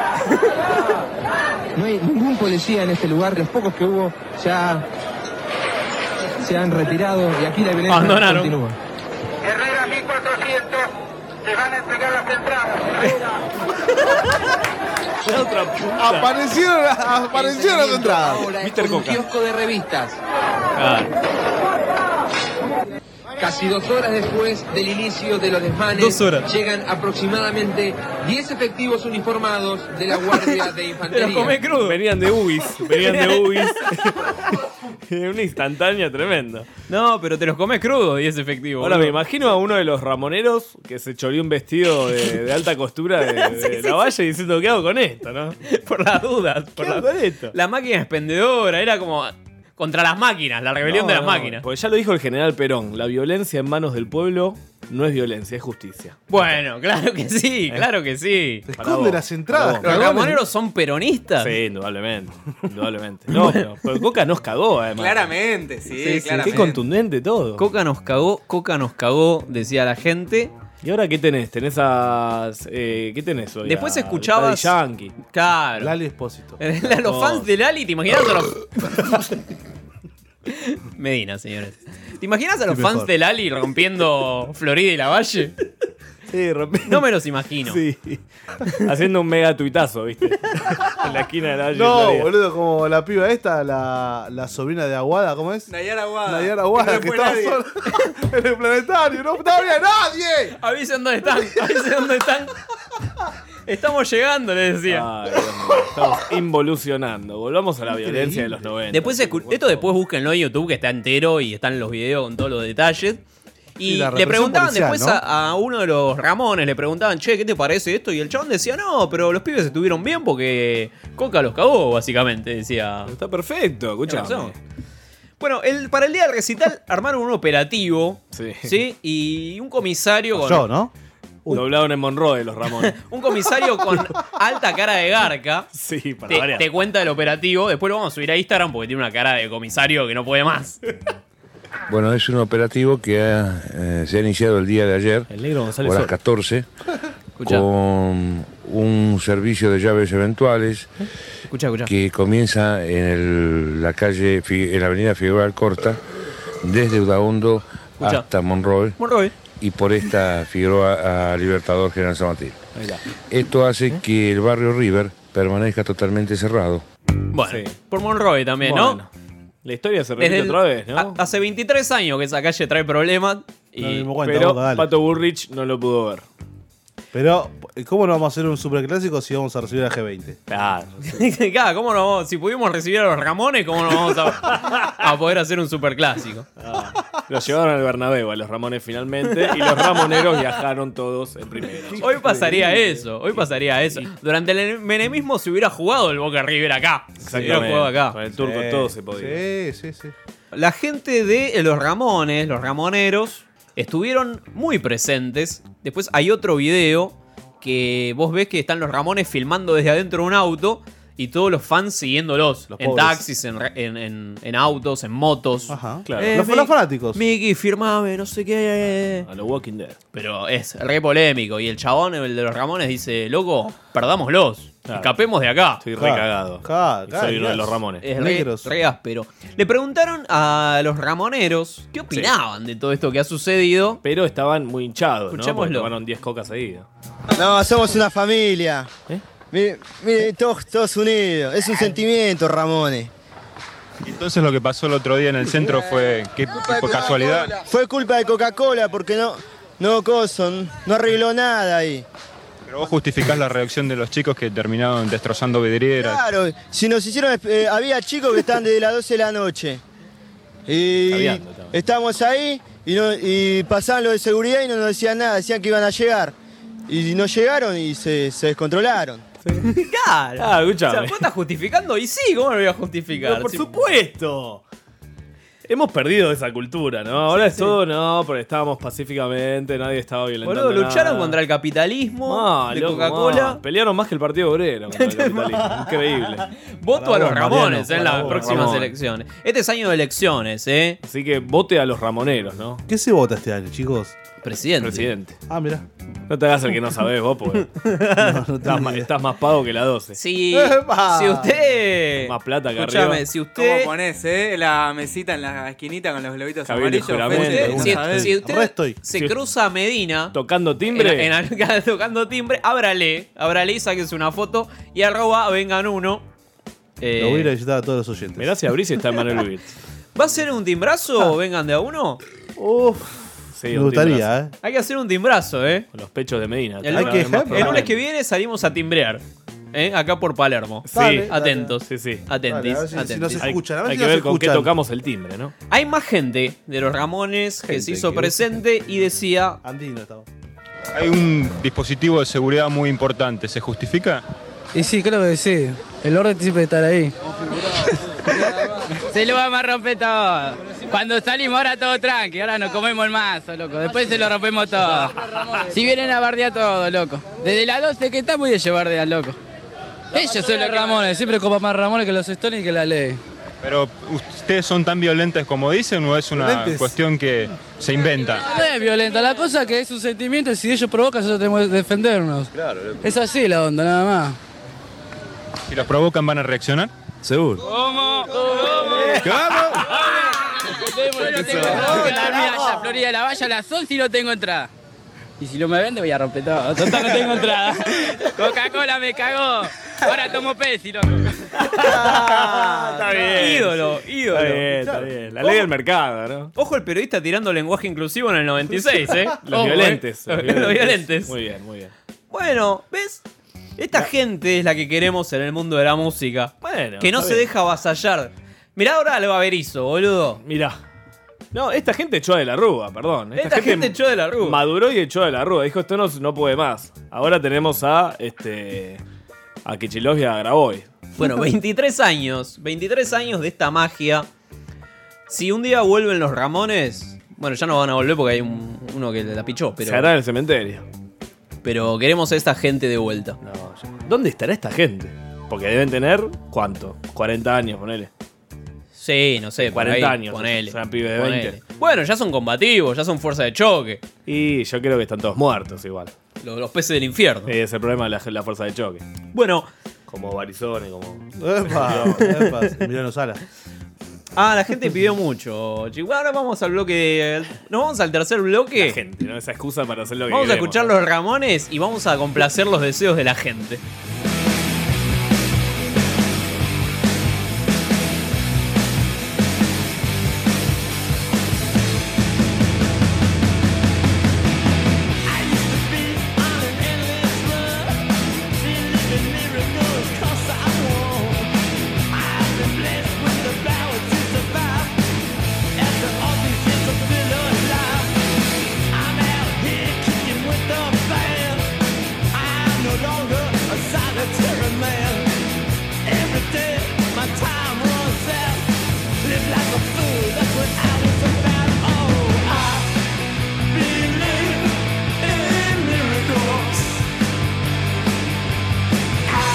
No hay ningún policía en este lugar, los pocos que hubo ya se han retirado y aquí la violencia
Abandonaron.
continúa.
Herrera 1400, se van a entregar las entradas.
Aparecieron, aparecieron las entradas.
Ahora es un kiosco de revistas. Casi dos horas después del inicio de los desmanes,
Dos horas.
llegan aproximadamente 10 efectivos uniformados de la Guardia de Infantería.
Venían de Ubis. Venían
(laughs)
de Ubis. (laughs) Una instantánea tremenda.
No, pero te los comes crudo y es efectivo.
Ahora me
boludo.
imagino a uno de los ramoneros que se choreó un vestido de, de alta
(laughs)
costura de, de la valla y diciendo, ¿qué hago con esto? ¿no?
Por las dudas. Por la-
hago con esto?
La máquina expendedora era como contra las máquinas, la rebelión
No,
de las
no, pues,
máquinas.
Porque ya lo dijo el general Perón, la violencia en manos del pueblo no es violencia, es justicia.
Bueno, claro que sí, claro que sí.
esconde vos, las entradas, para
¿Los
vos.
ramoneros son
(laughs)
peronistas?
Sí, indudablemente. indudablemente. No, pero, pero Coca nos cagó, además.
Claramente, sí, claramente.
Qué contundente todo.
Coca nos cagó, Coca nos cagó, decía la gente.
¿Y ahora qué tenés? ¿Tenés a. eh, ¿Qué tenés hoy?
Después
A
escuchabas-
Daddy Yankee.
Claro. Eh.
Lali Espósito.
A (laughs) los fans de Lali, ¿te imaginas a los. (laughs) Medina, señores. ¿Te imaginas a los
Sí,
fans
mejor.
de Lali
(laughs)
rompiendo Florida y la Valle?
(laughs)
Sí, rompiendo.
No me los imagino.
Sí. (laughs) Haciendo un mega tuitazo,
(laughs)
¿viste? en la esquina de la calle
No,
Florida.
boludo, como la piba esta, la, la sobrina de Aguada, ¿cómo es?
Nayara Aguada.
Nayara Aguada, que
Que no
estaba
fue
sola (laughs) en el planetario. No, no había nadie.
Avisen dónde están, avisen dónde están. Estamos llegando, le decía.
Ay, Dios mío, estamos involucionando. Volvamos a la violencia de los 90.
Después escu- esto después búsquenlo en YouTube, que está entero y están los videos con todos los detalles. Y,
Y la
le
represión
preguntaban
policial,
después
¿no?
a, a uno de los Ramones, le preguntaban, che, ¿qué te parece esto? Y el chabón decía, no, pero los pibes estuvieron bien porque Coca los cagó, básicamente, decía.
Está perfecto, escuchame.
Bueno, el, para el día del
(laughs)
recital armaron un operativo,
Sí.
¿sí? Y un comisario con...
Yo, ¿no? Doblaron en Monroe
(laughs)
los Ramones.
Un comisario
(laughs)
con alta cara de garca.
Sí, para
te,
variar.
te cuenta el operativo. Después lo vamos a subir a Instagram porque tiene una cara de comisario que no puede más.
(laughs) Bueno, es un operativo que ha, eh, se ha iniciado el día de ayer,
El negro González
a las
Sor.
14,
Escuchá.
con un servicio de llaves eventuales
Escucha, escucha.
que comienza en el- la calle, Fi- en la avenida Figueroa Alcorta, desde Udaondo
Escuchá.
hasta Monroe
Monroy.
y por esta Figueroa a Libertador General San Martín. Esto hace
¿Eh?
que el barrio River permanezca totalmente cerrado.
Bueno, por Monroe también, ¿no?
La historia se
Desde
repite
el-
otra vez, ¿no?
a- hace 23 años que esa calle trae problemas. Y,
pero Pato Burrich no lo pudo ver.
Pero, ¿cómo no vamos a hacer un superclásico si vamos a recibir a G20?
Claro.
(laughs) Claro, ¿cómo no vamos- Si pudimos recibir a los Ramones, ¿cómo no vamos a, a poder hacer un superclásico?
Los llevaron al Bernabéu a los Ramones finalmente y los Ramoneros viajaron todos en primera.
Hoy pasaría eso, hoy pasaría eso. Durante el menemismo se hubiera jugado el Boca River acá. Se hubiera jugado acá.
Con el turco todo se podía.
Sí, sí, sí.
La gente de eh, los Ramones, los Ramoneros, estuvieron muy presentes. Después hay otro video que vos ves que están los Ramones filmando desde adentro de un auto y todos los fans siguiéndolos. en
pobres.
taxis, en, ra- en- en- en autos, en motos. Ajá, Eh,
claro. Los- los fanáticos.
Mickey, firmame, no sé qué.
A los Walking Dead.
Pero es re polémico. Y el chabón, el de los Ramones, dice, loco, perdámoslos. Escapemos de acá.
Estoy re cagado.
Claro,
Y
claro,
Soy uno de
yes.
los Ramones.
Es re, re áspero. Le preguntaron a los ramoneros qué opinaban de todo esto que ha sucedido.
Pero estaban muy hinchados, ¿no? Porque
Escuchémoslo.
tomaron 10 cocas seguidas.
No, somos una familia. Mire, mire, todos, todos unidos. Es un sentimiento, Ramones.
Entonces lo que pasó el otro día en el centro fue que por casualidad.
Fue culpa de Coca-Cola porque no, no coso, no arregló nada ahí.
Pero vos justificás la reacción de los chicos que terminaron destrozando vidrieras.
Claro, si nos hicieron, eh, había chicos que estaban desde las 12 de la noche. Y
Caviando estaban.
estábamos ahí y, no- y pasaban lo de seguridad y no nos decían nada, decían que iban a llegar. Y no llegaron y se, se descontrolaron.
(laughs) Claro.
Ah,
O
escuchame.
sea, vos estás justificando y sí, ¿cómo lo voy a justificar?
Pero por
Sí.
supuesto. Hemos perdido esa cultura, ¿no? Ahora es todo, no, porque estábamos pacíficamente, nadie estaba violentando.
Boludo, lucharon
nada.
contra el capitalismo
Mal,
de
loco,
Coca-Cola.
mal. Pelearon más que el Partido Obrero contra
(laughs)
el capitalismo. Increíble.
Voto a los Ramones eh, en las
Bravo,
próximas
Ramón.
elecciones. Este es año de elecciones, ¿eh?
Así que vote a los Ramoneros, ¿no?
¿Qué se vota este año, chicos?
Presidente.
Presidente.
Ah, mirá.
No te hagas el que no sabés vos, (laughs) porque estás, más, estás más pago que la
(laughs)
12.
Si,
¡Epa!
si usted.
Más plata que
Escúchame,
arriba.
si usted.
¿Cómo ponés, eh? La mesita en la esquinita con los globitos
Cabildo y
amarillos.
juramento,
frente-
Si,
¿sabés?
si usted se
Si-
cruza a Medina.
Tocando timbre.
En, en- (laughs) tocando timbre, ábrale. Ábrale y sáquense una foto. Y arroba, vengan uno. Eh,
Lo voy a ir a visitar a todos los oyentes.
Mirá si abrís y está Manuel Wirtz.
¿Va a ser un
Ah.
timbrazo o vengan de a uno?
Sí,
Me
un
gustaría,
timbrazo.
¿eh?
Hay que hacer un timbrazo, ¿eh?
Con los pechos de Medina.
El,
Hay que
lunes-
dejar,
el
pero-
lunes que viene salimos a timbrear. ¿eh? Acá por Palermo.
Sí. Dale, dale.
atentos.
Sí, sí.
Atentis.
Dale, a ver si- si
atentis.
nos escuchan, a ver
Hay-
si
hay
nos
que ver con
escuchan.
qué tocamos
el timbre, ¿no?
Hay más gente de los Ramones que se hizo
que-
presente y
(laughs)
decía.
Andino estaba.
Hay un dispositivo de seguridad muy importante. ¿Se justifica?
Y sí, creo que sí. El orden siempre estará ahí.
(laughs) Se lo vamos a romper todo. Cuando salimos ahora todo tranqui, ahora nos comemos el mazo, loco. Después se lo rompemos todo. Si vienen a bardear todo, loco. Desde la 12 que estamos voy a llevar de loco. Ellos son los Ramones, siempre copa más Ramones que los Stones y que la ley.
Pero ustedes son tan violentos como dicen o es una
Violentos.
cuestión que se inventa.
No es violenta, la cosa que es un sentimiento y si ellos provocan, nosotros tenemos que defendernos.
Claro.
Es así la onda, nada más.
Si los provocan van a reaccionar. Seguro.
¿Cómo?
Eso.
Florida de la Valla a las 11 y no tengo entrada. Y si no me vende voy a romper todo. Total, no tengo entrada.
(laughs)
Coca-Cola me cagó. Ahora tomo Pepsi, loco.
Ah, Está bien.
Ídolo, ídolo.
Está bien, está bien. La ley del mercado, ¿no?
Ojo el periodista tirando lenguaje inclusivo en el 96, ¿eh?
Los
Ojo, ¿eh?
violentes.
Los, los violentes.
Muy bien, muy bien.
Bueno, ¿ves? Esta gente es la que queremos en el mundo de la música.
Bueno,
que no
está
se
bien.
deja avasallar. Mirá ahora al baberizo, boludo.
Mirá. No, esta gente echó de la rúa, perdón.
Esta gente echó de la rúa.
Maduró y echó de la rúa. Dijo, esto no, no puede más. Ahora tenemos a este a Kichilov y a Graboy.
Bueno, 23 años. 23 años de esta magia. Si un día vuelven los Ramones. Bueno, ya no van a volver porque hay un- uno que la pichó, pero.
Se hará en el cementerio.
Pero queremos a esta gente de vuelta.
¿Dónde estará esta gente? Porque deben tener, ¿cuánto? 40 años, ponele.
Sí, no sé, por
40
ahí,
años,
Ponele.
serán pibes de
ponele.
20.
Bueno, ya son combativos, ya son fuerza de choque.
Y yo creo que están todos muertos igual.
Los, peces del infierno.
Ese es el problema de la, la fuerza de choque.
Bueno.
Como Barizone, como.
Epa, epa, Emiliano Sala.
Ah, la gente pidió mucho, chicos. Ahora vamos al bloque. Nos vamos al tercer bloque.
gente, ¿no? Esa excusa para hacer lo que
Vamos a
queremos.
escuchar los Ramones y vamos a complacer los deseos de la gente.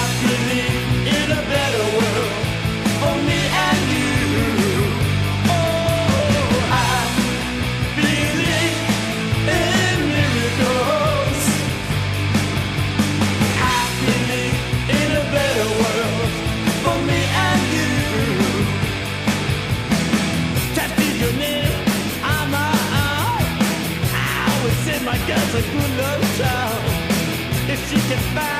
In a better world for me and you. I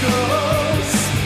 Oh,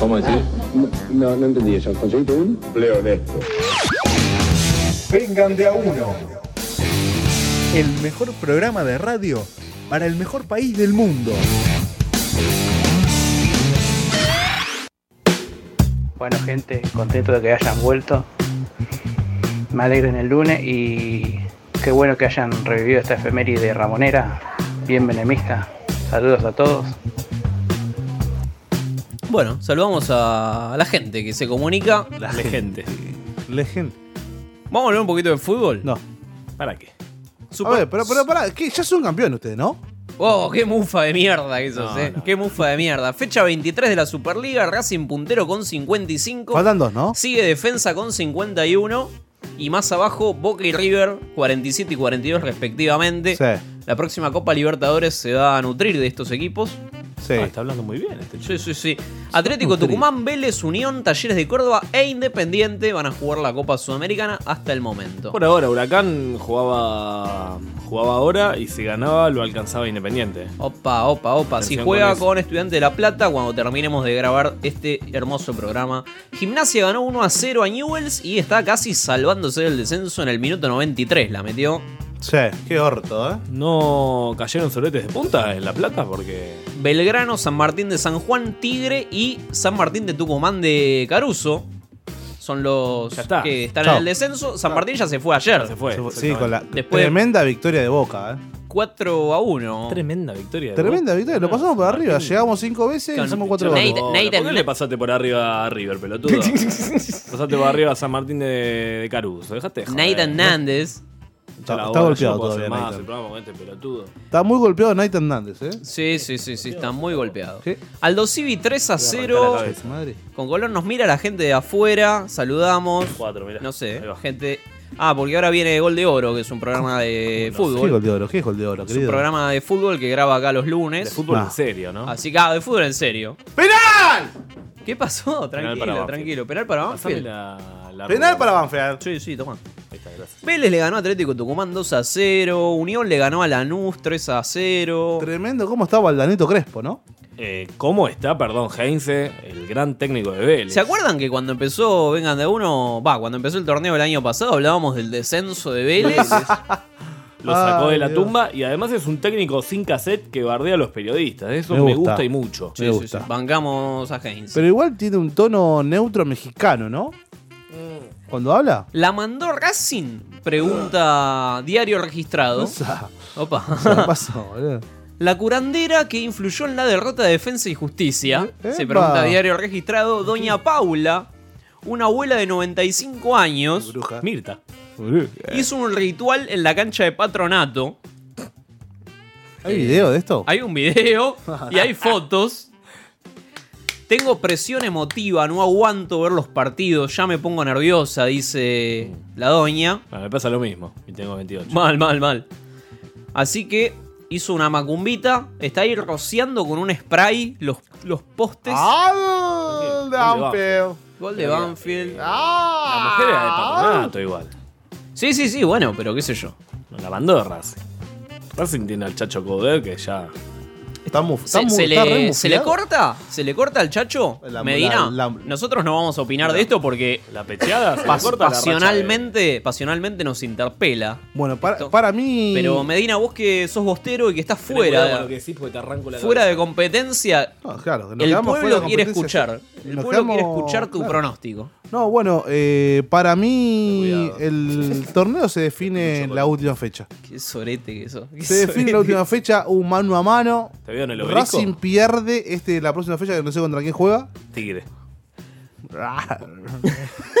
¿Cómo decir? No, no entendí eso. ¿Conseguiste un? Empleo honesto.
Vengan de a uno. El mejor programa de radio para el mejor país del mundo.
Bueno, gente, contento de que hayan vuelto. Me alegro en el lunes y qué bueno que hayan revivido esta efeméride ramonera, bien menemista. Saludos a todos.
Bueno, saludamos a la gente que se comunica. La
gente.
La gente.
¿Vamos a hablar un poquito de fútbol?
No.
¿Para qué?
A ver, pero, pero, pará, ¿qué? ya son campeón ustedes, ¿no?
Oh, qué mufa de mierda que sos,
No,
eh. Qué mufa de mierda. Fecha 23 de la Superliga, Racing puntero con 55.
Faltan dos, ¿no?
Sigue defensa con 51. Y más abajo, Boca y River, 47 y 42 respectivamente.
Sí.
La próxima Copa Libertadores se va a nutrir de estos equipos.
Sí.
Ah, está hablando muy bien este
Sí, sí, sí. Atlético Tucumán, Vélez, Unión, Talleres de Córdoba e Independiente van a jugar la Copa Sudamericana hasta el momento.
Por ahora, Huracán jugaba, jugaba ahora y si ganaba lo alcanzaba Independiente.
Opa, opa, opa. Si
Atención
juega
con
con,
eso.
Estudiante de La Plata, cuando terminemos de grabar este hermoso programa. Gimnasia ganó 1 a 0 a Newells y está casi salvándose del descenso en el minuto 93. La metió.
Sí, qué orto, ¿eh?
No cayeron soletes de punta en La Plata porque...
Belgrano, San Martín de San Juan, Tigre y San Martín de Tucumán de Caruso. Son los que están
Chao.
en el descenso. San Martín ya se fue ayer. Se
fue.
Sí, con la
Después de
tremenda victoria de Boca, ¿eh?
4 a 1.
Tremenda victoria.
Tremenda victoria, lo pasamos por arriba, llegamos cinco veces y
Claro,
hacemos cuatro goles.
¿Por qué le pasaste por arriba a River,
(laughs)
pelotudo? pasaste por arriba a San Martín de, de Caruso. Dejate de joder.
Nathan Nández.
Está,
está golpeado todavía,
Más,
Nathan.
el programa con este pelotudo.
Está muy golpeado Night Hernández, ¿eh?
Sí, sí, sí, sí, está muy golpeado. Aldo Civi 3 a 0.
la cabeza, madre.
Con color nos mira la gente de afuera, saludamos. No sé, gente. Ah, porque ahora viene Gol de Oro, que es un programa
(laughs)
de fútbol.
¿Qué gol de oro? ¿Qué gol de oro,
es un
querido?
programa de fútbol que graba acá los lunes. De
fútbol en
serio, ¿no?
Así que, ah, de fútbol en serio.
¡Penal!
¿Qué pasó? Tranquilo,
para Banfield.
tranquilo. Penal para Banfield.
Penal para Banfield.
Sí, sí, toma. Vélez le ganó a Atlético Tucumán 2 a 0. Unión le ganó a Lanús 3 a 0.
Tremendo cómo está Baldaneto Crespo, ¿no?
Eh, ¿Cómo está, perdón, Heinze, el gran técnico de Vélez?
¿Se acuerdan que cuando empezó Vengan de Uno, va, cuando empezó el torneo el año pasado hablábamos del descenso de Vélez?
Lo sacó
Ay,
de la
Dios.
tumba y además es un técnico sin cassette que bardea a los periodistas. Eso
Me
me,
gusta.
gusta. y mucho.
Sí, Me sí, gusta. sí.
Bancamos a Heinz.
Pero igual tiene un tono neutro mexicano, ¿no?
Mm.
Cuando habla.
¿La mandó Racing? Pregunta diario registrado.
Opa.
Opa.
(laughs)
(laughs)
¿Qué pasó, boludo?
La curandera que influyó en la derrota de Defensa y Justicia,
Eh,
se pregunta diario registrado, Doña Paula, una abuela de 95 años, Mirta, hizo un ritual en la cancha de patronato.
¿Hay video de esto?
Eh, Hay un video y
(laughs)
hay fotos. Tengo presión emotiva, no aguanto ver los partidos, ya me pongo nerviosa, dice la doña.
me pasa lo mismo y tengo 28.
Mal, mal, mal. Así que hizo una macumbita, está ahí rociando con un spray los, los postes.
Ah. ¡Al Danfield!
Gol de Banfield.
¡Ah!
La mujer era de patronato igual.
Sí, sí, sí, bueno, pero qué sé yo.
La mandó de Racing. Racing tiene al Chacho Coder que ya.
Está muy
Se, se le, se le corta? ¿Se le corta al chacho?
La-
Medina,
la- la-
nosotros no vamos a opinar de esto porque
la pecheada
se le
pas-
corta la
pasionalmente, pasionalmente nos interpela.
Bueno, para, para mí.
Pero Medina, vos que sos bostero y que estás
Fuera.
fuera,
Lo que decís porque te arranco la
fuera de competencia,
claro, nos
el
quedamos fuera
pueblo
de
quiere
competencia,
escuchar.
sí.
El
Nos
pueblo quiere
quedamos-
escuchar tu
claro.
pronóstico.
No, bueno, eh, para mí
(laughs)
el torneo se define en la última fecha.
Qué sorete que eso.
Se define en
(laughs)
la última fecha, un mano a mano.
Te veo en el obelisco.
Racing pierde este, la próxima fecha, que no sé contra quién juega.
Tigre.
(laughs)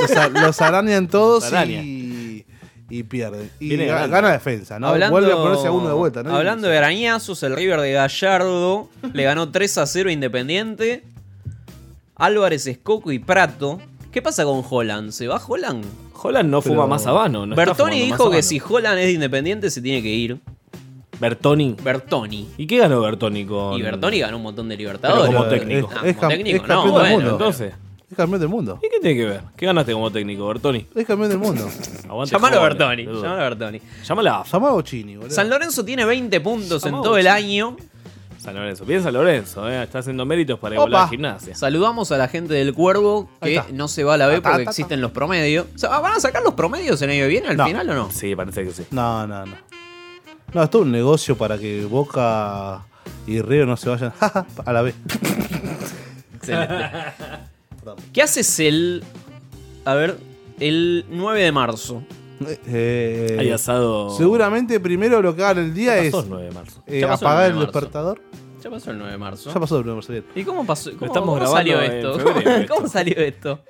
los, a- los arañan todos
Araña.
y, y pierden. Y
Viene
ga-
ganando.
gana defensa, ¿no? Vuelve a ponerse a uno de vuelta, ¿no?
Hablando de arañazos, el River de Gallardo le
(laughs)
ganó 3 a 0 a Independiente. Álvarez, Escoco y Prato. ¿Qué pasa con Holland? ¿Se va Holland?
Holland no fuma más habano, no está
Bertoni
fumando más
dijo que
habano.
si Holland es de Independiente se tiene que ir.
Bertoni.
Bertoni.
¿Y qué ganó Bertoni con.?
Y Bertoni ganó un montón de
Pero
libertadores.
como técnico.
Ah, como técnico, no.
del
bueno,
mundo.
Entonces,
Es campeón del mundo.
¿y qué tiene que ver? ¿Qué ganaste como técnico, Bertoni?
Es campeón del mundo.
Aguante
Llamalo a
jóvenes,
Bertoni.
boludo.
Llamalo a Bertoni.
Llámalo a
Llamá a Bochini, boludo.
San Lorenzo tiene 20 puntos en
Llamá a
todo el
Bochini.
año.
San Lorenzo. Piensa Lorenzo, eh, está haciendo méritos para igualar a gimnasia.
Este, Saludamos a la gente del Cuervo que no se va a la B
Ta, ta,
porque
ta, ta.
existen los promedios. O sea, ¿Van a sacar los promedios en año que viene al final o no?
Sí, parece que sí.
No, no, no. No, es todo un negocio para que Boca y Río no se vayan (laughs) a la vez.
Excelente. ¿Qué haces el. A ver, el 9 de marzo? Eh,
Hay asado.
Eh, Seguramente primero lo que hagan el día
Ya
es
pasó el 9 de marzo.
eh,
Ya pasó el 9
apagar el,
de marzo.
despertador.
Ya pasó el 9 de marzo.
Ya pasó el primer bien.
¿Y cómo pasó? ¿Cómo,
estamos
cómo
grabando
salió
en
esto?
febrero
¿Cómo,
esto.
salió esto?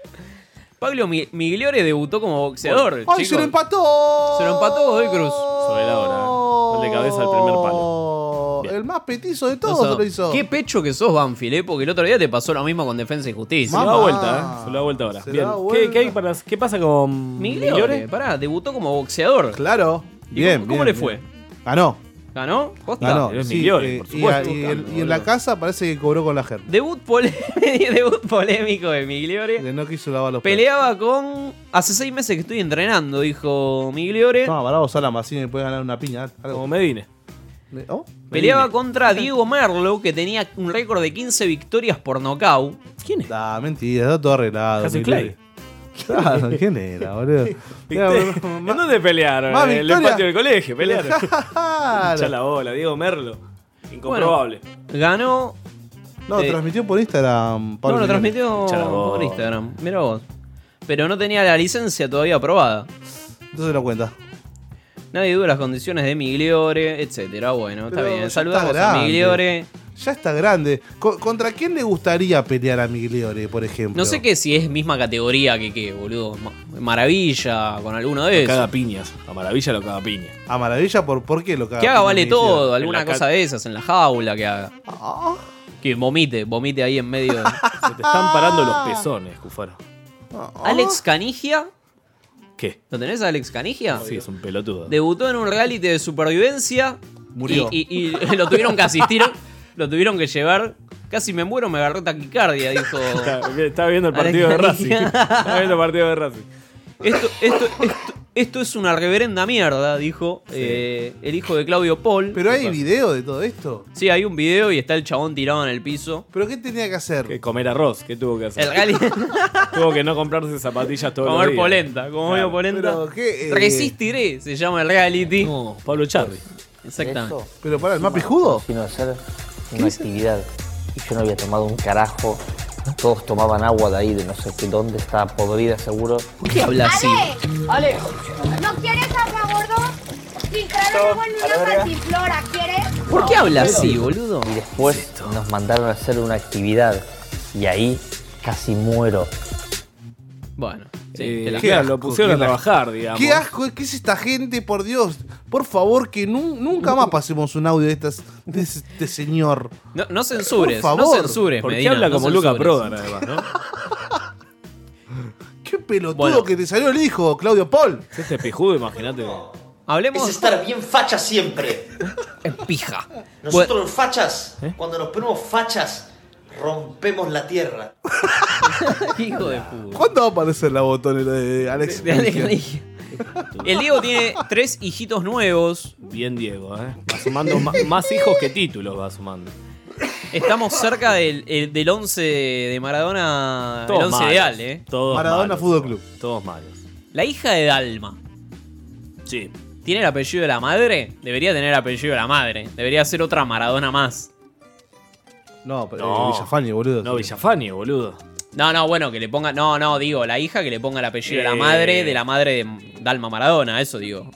Pablo Mi- Migliore debutó como boxeador.
¡Ay, se
chicos.
lo empató!
Se lo empató Godoy Cruz.
Sobre la hora.
¿eh?
Gol de cabeza al primer palo.
El más petizo de
No
todos
sé.
lo hizo.
Qué pecho que sos, Banfield, eh, porque el otro día te pasó lo mismo con Defensa y Justicia.
Se lo da vuelta, ¿eh? Se lo da vuelta ahora.
Se lo
Bien.
da
¿Qué-
vuelta.
¿Qué, hay para- qué pasa con
Migliore,
Migliore?
pará, debutó como boxeador.
Claro.
¿Y
Bien,
¿Cómo, cómo
bien,
le fue?
bien. Ganó.
¿Ganó? Posta.
Ganó.
Pero es
sí,
Migliore,
eh,
por
y
supuesto.
a- y, el- y en la casa parece que cobró con la gente.
Debut, pole- (laughs) debut polémico de Migliore.
Que no quiso lavar los
Peleaba con. Hace seis meses que estoy entrenando, dijo Migliore.
No, pará vos, Salama, así me puedes ganar una piña.
Oh.
algo.
Como Medine.
Le- ¿Oh?
Peleaba contra Diego Merlo, que tenía un récord de 15 victorias por nocaut. ¿Quién es?
Ah, mentira, está todo arreglado.
Hace
Migliore. (laughs) Claro, ¿quién
(laughs)
era, boludo? Era,
(laughs) ¿Viste? ¿En dónde pelearon?
Más
en el
victoria.
patio del colegio pelearon.
(laughs) Claro.
Echa la bola, Diego Merlo. Incomprobable.
Ganó.
No,
Eh,
transmitió por Instagram.
No,
Pablo
lo
Migliore.
transmitió
Echa la
por
bola.
Instagram. Mira vos. Pero no tenía la licencia todavía aprobada.
Entonces no cuenta.
Nadie duda las condiciones de Migliore, etcétera. Bueno, está
Pero
bien.
ya
Saludamos a
está grande.
Migliore.
Ya está grande. Co- ¿Contra quién le gustaría pelear a Migliore, por ejemplo?
No sé qué si es misma categoría que qué, boludo. Ma- Maravilla, con alguno de
Lo
esos.
caga piñas. A Maravilla lo caga piña.
A Maravilla, ¿por, por qué lo caga?
Que haga
Piña
vale
Migliore?
todo,
En
alguna
la Ah. ca-
cosa de esas, en la jaula que haga. Que vomite, vomite ahí en
(laughs)
medio. Se
te están
(laughs)
parando los pezones, Cufaro.
Alex Canigia.
¿Qué? Ah,
¿Lo tenés a Alex Canigia?
Sí, es un pelotudo.
Debutó en un reality de supervivencia.
Murió.
Y, y- y lo tuvieron que
(laughs)
asistir, lo tuvieron que llevar. Casi me muero, me agarró taquicardia, dijo.
Estaba viendo el partido de Racing. Estaba viendo el partido de Racing.
Esto, esto, esto, esto es una reverenda mierda, dijo eh, el hijo de Claudio Paul.
Pero hay video de todo esto.
Sí, hay un video y está el chabón tirado en el piso.
¿Pero qué tenía que hacer?
Que comer arroz, ¿qué tuvo que hacer?
El rally-
(laughs) tuvo que no comprarse zapatillas todo
Comer polenta, como medio polenta.
qué, eh?
Resistiré, se llama el reality. No,
Pablo Charri.
Exactamente.
Eso,
Pero para el más pijudo.
Sino hacer una actividad. Y yo no había tomado un carajo. Todos tomaban agua de ahí, de no sé qué dónde, estaba podrida seguro. ¿Por
qué habla así?
Ale, ¿no quieres agua, gordo? Filtraron agua en
a la
una
verga.
cantiflora, ¿quieres?
¿Por qué habla así, boludo?
Y después nos mandaron a hacer una actividad y ahí casi muero.
Bueno,
Eh, claro, lo pusieron a trabajar, digamos.
Qué asco, ¿qué es esta gente? Por Dios, por favor, que nu- nunca más pasemos un audio de, estas, de este señor.
No, no censures,
Por
no
favor.
censures,
¿Por qué
Medina,
habla
no
como Luca
censures.
Prodan, además, Qué pelotudo
Bueno.
que te salió el hijo, Claudio Paul.
Este pijudo, imagínate.
Hablemos.
Es estar bien facha siempre.
Es pija.
Nosotros los fachas,
¿Eh?
cuando nos ponemos fachas, rompemos la tierra.
(laughs) Hijo de puta.
¿Cuándo va a aparecer la botonera de Alex?
De Alex Riggi. El Diego tiene tres hijitos nuevos.
Bien, Diego, ¿eh? Va sumando ma- más hijos que títulos, va sumando.
Estamos cerca del, el- del 11 de Maradona,
Todos
el 11
malos,
ideal, ¿eh?
todos Maradona malos.
Fútbol Club.
Todos malos.
La hija de Dalma.
Sí.
¿Tiene el apellido de la madre? Debería tener el apellido de la madre. Debería ser otra Maradona más.
No, pero
No.
eh, Villafani, boludo.
No, Villafani, boludo.
No, no, bueno, que le ponga. No, no, digo, la hija que le ponga el apellido de
Eh.
la madre de la madre de Dalma Maradona, eso digo.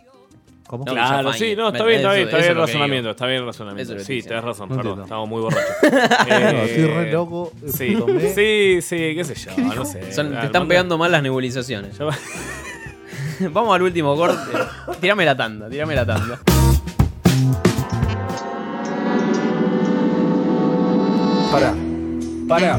¿Cómo?
No,
claro,
Villafañe.
sí, no, está
Eso-
bien, está
eso
bien, está
es
bien el
lo que
razonamiento,
digo.
está bien el
Eso
razonamiento.
es lo que
Sí,
dice.
tenés razón,
No
perdón,
entiendo.
estamos muy borrachos. Eh,
No, estoy re
loco,
(laughs) Sí,
tomé.
sí, sí, qué sé yo, no
Son-
sé.
te
Armando-
están pegando mal las nebulizaciones. (laughs) Vamos al último corte.
(laughs)
Tirame la tanda, tirame la tanda.
Pará, pará,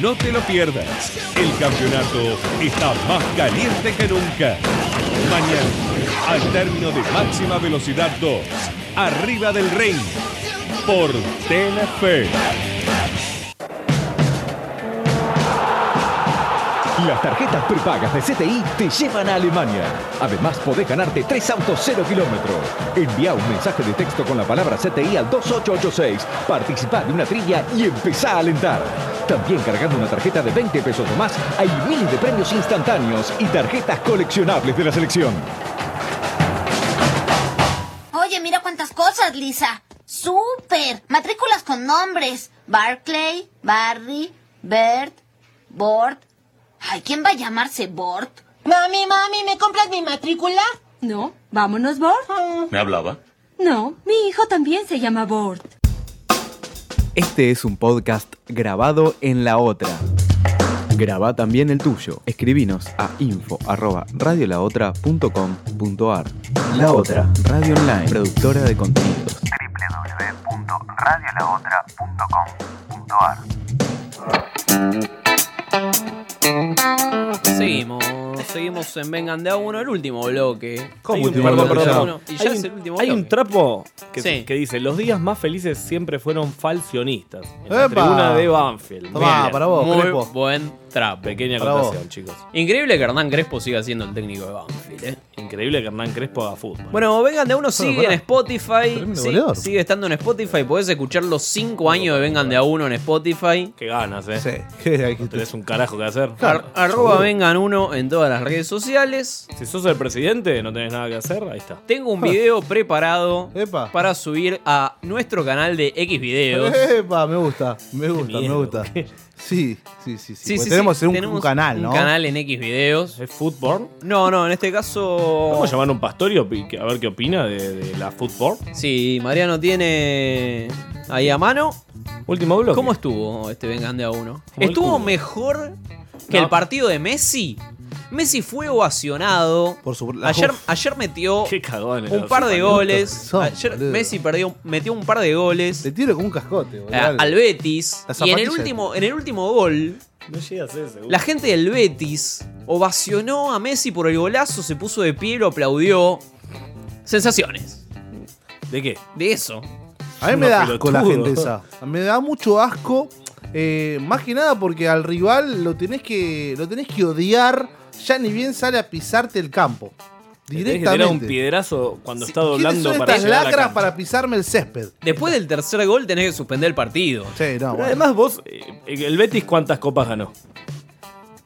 No te lo pierdas. El campeonato está más caliente que nunca. Mañana, al término de máxima velocidad 2, arriba del ring, por Telefe.
Las tarjetas prepagas de CTI te llevan a Alemania. Además, podés ganarte tres autos 0 kilómetros. Envía un mensaje de texto con la palabra CTI al 2886. Participá de una trivia y empezá a alentar. También cargando una tarjeta de 20 pesos o más, hay miles de premios instantáneos y tarjetas coleccionables de la selección.
Oye, mira cuántas cosas, Lisa. ¡Súper! Matrículas con nombres. Barclay, Barry, Bert, Bort. Ay, ¿quién va a llamarse Bort? Mami, mami, ¿me compras mi matrícula?
No, vámonos, Bort.
¿Me hablaba?
No, mi hijo también se llama Bort.
Este es un podcast grabado en la otra. Graba también el tuyo. Escribinos a info arroba radiolaotra.com.ar. La Otra, Radio Online, productora de contenidos.
www.radiolaotra.com.ar
Seguimos, seguimos en Vengan de a uno, el último bloque.
Hay
Hay
un-
un-
perdón,
bloque?
perdón,
Uno, Y
Hay
ya
un-
es el último
Hay
bloque.
un trapo que,
Sí.
que dice: Los días más felices siempre fueron falcionistas. En
¡Epa!
la tribuna de Banfield.
Tomá,
Bien.
para vos, Muy Crespo. buen trapo.
Pequeña
Para vos.
acotación, chicos.
Increíble que Hernán Crespo siga siendo el técnico de Banfield, eh.
Increíble que Hernán Crespo haga fútbol.
Bueno, vengan de a uno, sigue en
pará.
Spotify. sí,
goleador.
sigue estando en Spotify. Podés escuchar los 5 años de vengan de a uno en Spotify.
Qué ganas, eh.
Sí. (laughs)
No tenés un carajo que hacer.
Ar- arroba vengan uno en todas las redes sociales.
Si sos el presidente, no tenés nada que hacer, ahí está.
Tengo un video preparado para subir a nuestro canal de X videos.
Epa, me gusta, me gusta, me
miedo,
gusta. Sí, sí, sí, sí.
Sí,
Porque
sí,
tenemos,
sí,
un, un
tenemos
canal,
un
¿no?
canal en X videos.
¿Es fútbol?
No, no, en este caso.
¿Vamos a llamar a un pastor y opi- a ver qué opina de, de la fútbol?
Sí, Mariano tiene ahí a mano.
Último bloque.
¿Cómo estuvo este Vengan de a uno?
Como el
¿Estuvo
culo.
mejor que
No.
el partido de Messi? Messi fue ovacionado.
Por su, la-
Ayer,
uf.
ayer metió
cagones
un
los
par de
españoles.
goles.
Son,
Ayer
boludo.
Messi perdió, metió un par de goles. Le
tiro como un cascote,
Ah, al Betis.
Las
Y en el,
zapatillas.
último, en el último gol,
No llega a ser seguro.
la gente del Betis ovacionó a Messi por el golazo, se puso de pie, lo aplaudió. Sensaciones.
¿De qué?
De eso.
A mí me da asco la gente esa. Me da mucho asco. eh, más que nada porque al rival lo tenés que. lo tenés que odiar. Ya ni bien sale a pisarte el campo.
Tenés que tirar un
Directamente.
piedrazo cuando está
¿Quiénes
doblando
son
para
estas
llegar a la
lacras
cancha?
para pisarme el césped?
Después del tercer gol tenés que suspender el partido.
Sí, no.
Pero además vos, eh, el Betis, ¿cuántas copas ganó?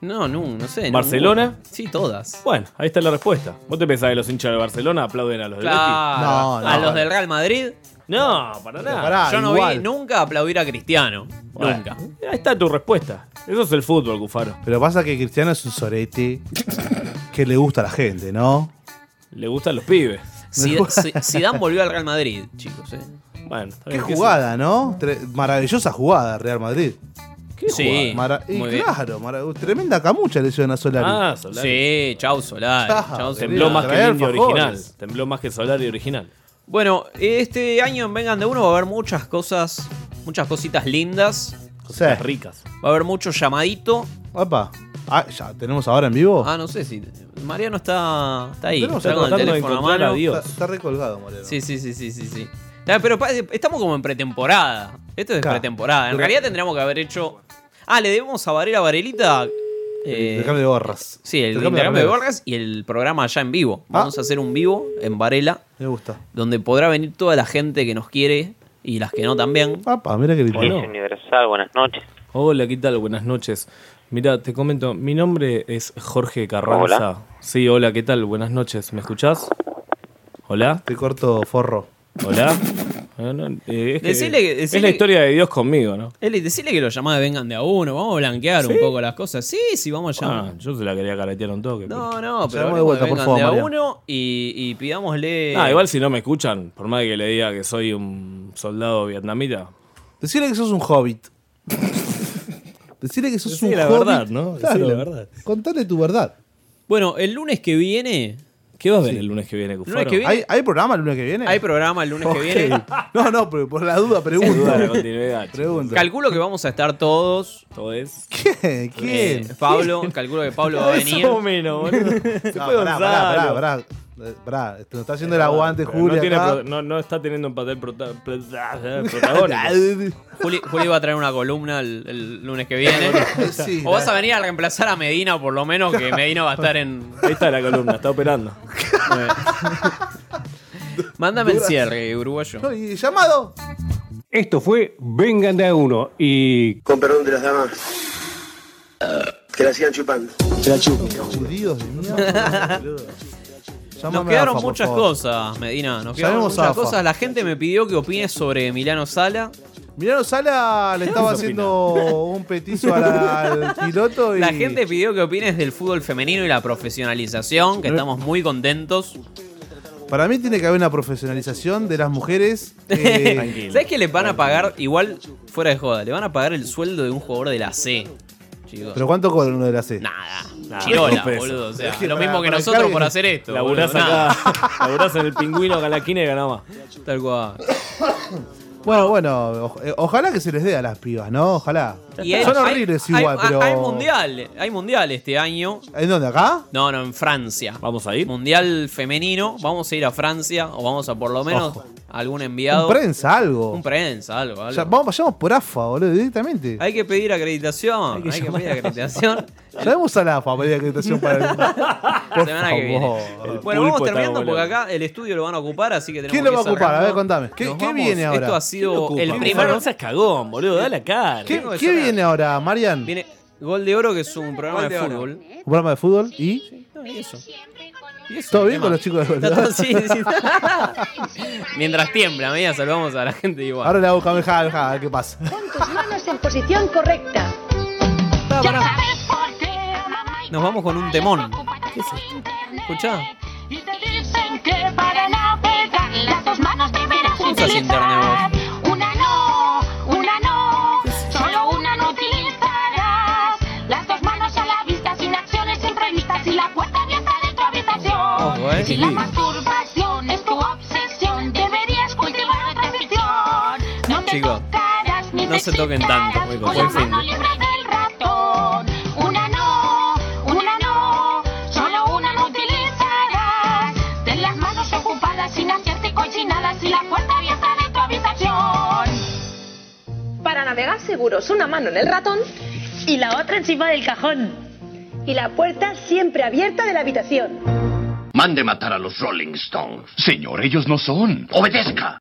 No, no, no sé. no,
¿Barcelona?
no. sí, todas.
Bueno, ahí está la respuesta. ¿Vos te pensás que los hinchas de Barcelona aplauden a los del
Claro.
Betis?
¿A los del Real Madrid?
No, para
nada.
Pará,
Yo no
Ah, igual.
vi nunca aplaudir a Cristiano.
(laughs)
Nunca.
Ahí está tu respuesta. Eso es el fútbol, Cufaro.
Pero pasa que Cristiano es un
(laughs)
sorete que le gusta a la gente, ¿no?
Le gustan los pibes.
Si, Zidane volvió al Real Madrid, chicos. eh.
Bueno,
Qué jugada, ¿no? Tre- maravillosa jugada, Real Madrid.
Sí,
Mara- y
muy bien.
claro, mara- tremenda camucha le hicieron a Solari.
Ah, Solari.
Sí, chau Solari.
Ah,
chau,
tembló
Solari.
más que el indio original. Tembló más que el Solari original.
Bueno, este año en Vengan de Uno va a haber muchas cosas, muchas cositas lindas.
Cositas
Sí. ricas.
Va a haber mucho llamadito.
Opa. Ah, ya, ¿tenemos ahora en
Oh.
vivo?
Ah, no sé si. Mariano está, está ahí.
Tenemos
Está
que
con el
tratar de
teléfono a
encontrar a
mano.
Dios. Está- está recolgado, Mariano.
Sí, sí, sí, sí, sí. sí. Ah, pero pa- estamos como en pretemporada. Esto es
Claro.
pretemporada. En
Pero-
realidad tendríamos que haber hecho. Ah, le debemos a Varela Varelita. eh,
Intercambio de gorras.
Sí, el
Intercambio de Ah.
intercambio de
remeras.
Borgas y el programa ya en vivo. Vamos a hacer un vivo en Varela,
Me gusta.
donde podrá venir toda la gente que nos quiere y las que no también.
Papá, mira que lindo.
Universal, buenas noches. Hola, ¿qué tal? Buenas noches. Mira, te comento, mi nombre es Jorge Carranza.
Hola.
Sí, hola, ¿qué tal? Buenas noches, ¿me escuchás? Hola.
Te corto forro.
Hola. Eh, no, eh, es, que-
Decile que-
es
decile
la
que-
historia de Dios conmigo, ¿no?
Eli, decile que los llamadas vengan de a uno, vamos a blanquear
¿Sí?
un poco las cosas. Sí, sí, vamos a llamar.
Ah, yo se la quería caretear un toque.
no, no, pero
Llamemos de
hablemos
vuelta,
de
por
vengan
favor,
de a
Mariano.
uno y, y pidámosle.
Ah, igual si no me escuchan, por más que le diga que soy un soldado vietnamita.
Decirle que sos un hobbit. Decirle que sos
Decile
un
la
hobbit.
verdad, ¿no? Decile
Claro.
la verdad.
Contale tu verdad.
Bueno, el lunes que viene.
¿Qué vas a ver el lunes que viene, Cufaro?
lunes que viene-
¿Hay, hay programa el lunes que
(laughs)
viene?
Hay programa el lunes
Ok.
que viene.
No, no, pero por la duda, pregunto. (laughs)
Duda de continuidad. chicos.
Pregunto.
Calculo que vamos a estar todos.
Todo es.
¿Qué?
Eh,
¿Quién?
Pablo, calculo que Pablo
(laughs)
va a venir.
Más o
(laughs)
menos, boludo. Se
No,
fue
pará,
Gonzalo.
pará, pará, pará. Eh, Pará, te lo está haciendo el aguante,
Pero
Julio.
No, tiene
acá.
pro- no, no está teniendo un papel prota- prota- protagónico.
Juli, Juli va a traer una columna el, el lunes que viene.
(laughs) Sí,
o vas a venir a reemplazar a Medina, por lo menos, que Medina va a estar en.
Ahí está la columna, está operando.
Mándame el
Dura-
cierre, uruguayo.
(laughs) No, y llamado.
Esto fue Vengan de a uno y.
Con perdón de las damas. Que la sigan chupando.
Se la chupo.
Judíos de
(laughs)
mierda, boludo. Llámame
Nos
a
quedaron
AFA, por
muchas
favor.
cosas, Medina. Nos quedaron
Llamemos a
muchas
AFA.
cosas. La gente me pidió que opine sobre Emiliano Sala.
Mirano Sala le estaba
vas a
haciendo un petizo a la-
(laughs)
al piloto y.
La gente pidió que opines del fútbol femenino y la profesionalización, que estamos muy contentos.
Para mí tiene que haber una profesionalización de las
(laughs)
mujeres. eh,
¿Sabes que le van a pagar, igual fuera de joda, le van a pagar el sueldo de un jugador de la C? Chicos.
¿Pero cuánto cobra uno de E? la C?
Nada.
Nada,
Chirola,
dos pesos.
boludo. O sea,
Es que
lo
para-
mismo que
para
nosotros
cargue-
por hacer esto.
Laburás
boludo, nada.
acá. Laburás en el pingüino Galaquina y ganás más.
Tal cual.
Bueno, bueno, o- eh, ojalá que se les dé a las pibas, ¿no? Ojalá.
Y hay-
Son
hay-
horribles
hay-
igual,
hay-
pero.
Hay mundial, hay mundial este año.
¿En dónde? ¿Acá?
No, no, en Francia.
¿Vamos a ir?
Mundial femenino. Vamos a ir a Francia o vamos a por lo menos
Ojo.
algún
Un
enviado.
prensa, algo.
Un prensa, algo. algo.
Ya, vamos, vayamos por AFA, boludo, directamente.
Hay que pedir acreditación. Hay que,
llamar
pedir
a-
acreditación.
(laughs) Llamemos a la AFA para pedir
(laughs)
acreditación (laughs) para el.
la semana que viene.
favor. El
Bueno, vamos
pulpo está
terminando porque
volando.
acá el estudio lo van a ocupar, así que tenemos
¿Quién lo
que
va a
ir
ocupar? A ver,
cerrando.
contame. ¿Qué,
Nos
qué
vamos.
viene ahora?
Esto ha sido el
primero.
primer.
No seas cagón, boludo, da la cara.
¿Qué,
Tengo que
qué
cerrar.
viene ahora, Marian?
Viene Gol de Oro, que es un programa de, fútbol.
¿Un programa de fútbol? ¿Y?
No, y eso. Y eso,
¿Todo
¿qué
bien con
más?
los chicos de
Está
fútbol?
todo- sí,
(laughs)
sí. Mientras tiembla, media saludamos a la gente igual.
Ahora le hago cameja, cameja, a ver qué pasa.
Tus manos en posición correcta.
Nos vamos con un temón. ¿Qué es Escuchá. ¿Qué usas internet vos?
Una no, una no, solo una no utilizarás. Las dos manos a la vista, sin acciones imprevistas y la puerta abierta de tu habitación.
Ojo, eh.
Si la masturbación es tu obsesión, deberías cultivar otra afición. No te
Chicos,
tocarás ni
no
te
se toquen tanto.
excitarás
Buen
con la
fin
mano
de-
libre del ratón. Una no, una no, solo una no utilizarás. Ten las manos ocupadas sin hacerte cochinadas y la puerta abierta de tu habitación.
Para navegar seguros, una mano en el ratón y la otra encima del cajón. Y la puerta siempre abierta de la habitación.
Mande matar a los Rolling Stones. Señor, ellos no son. ¡Obedezca!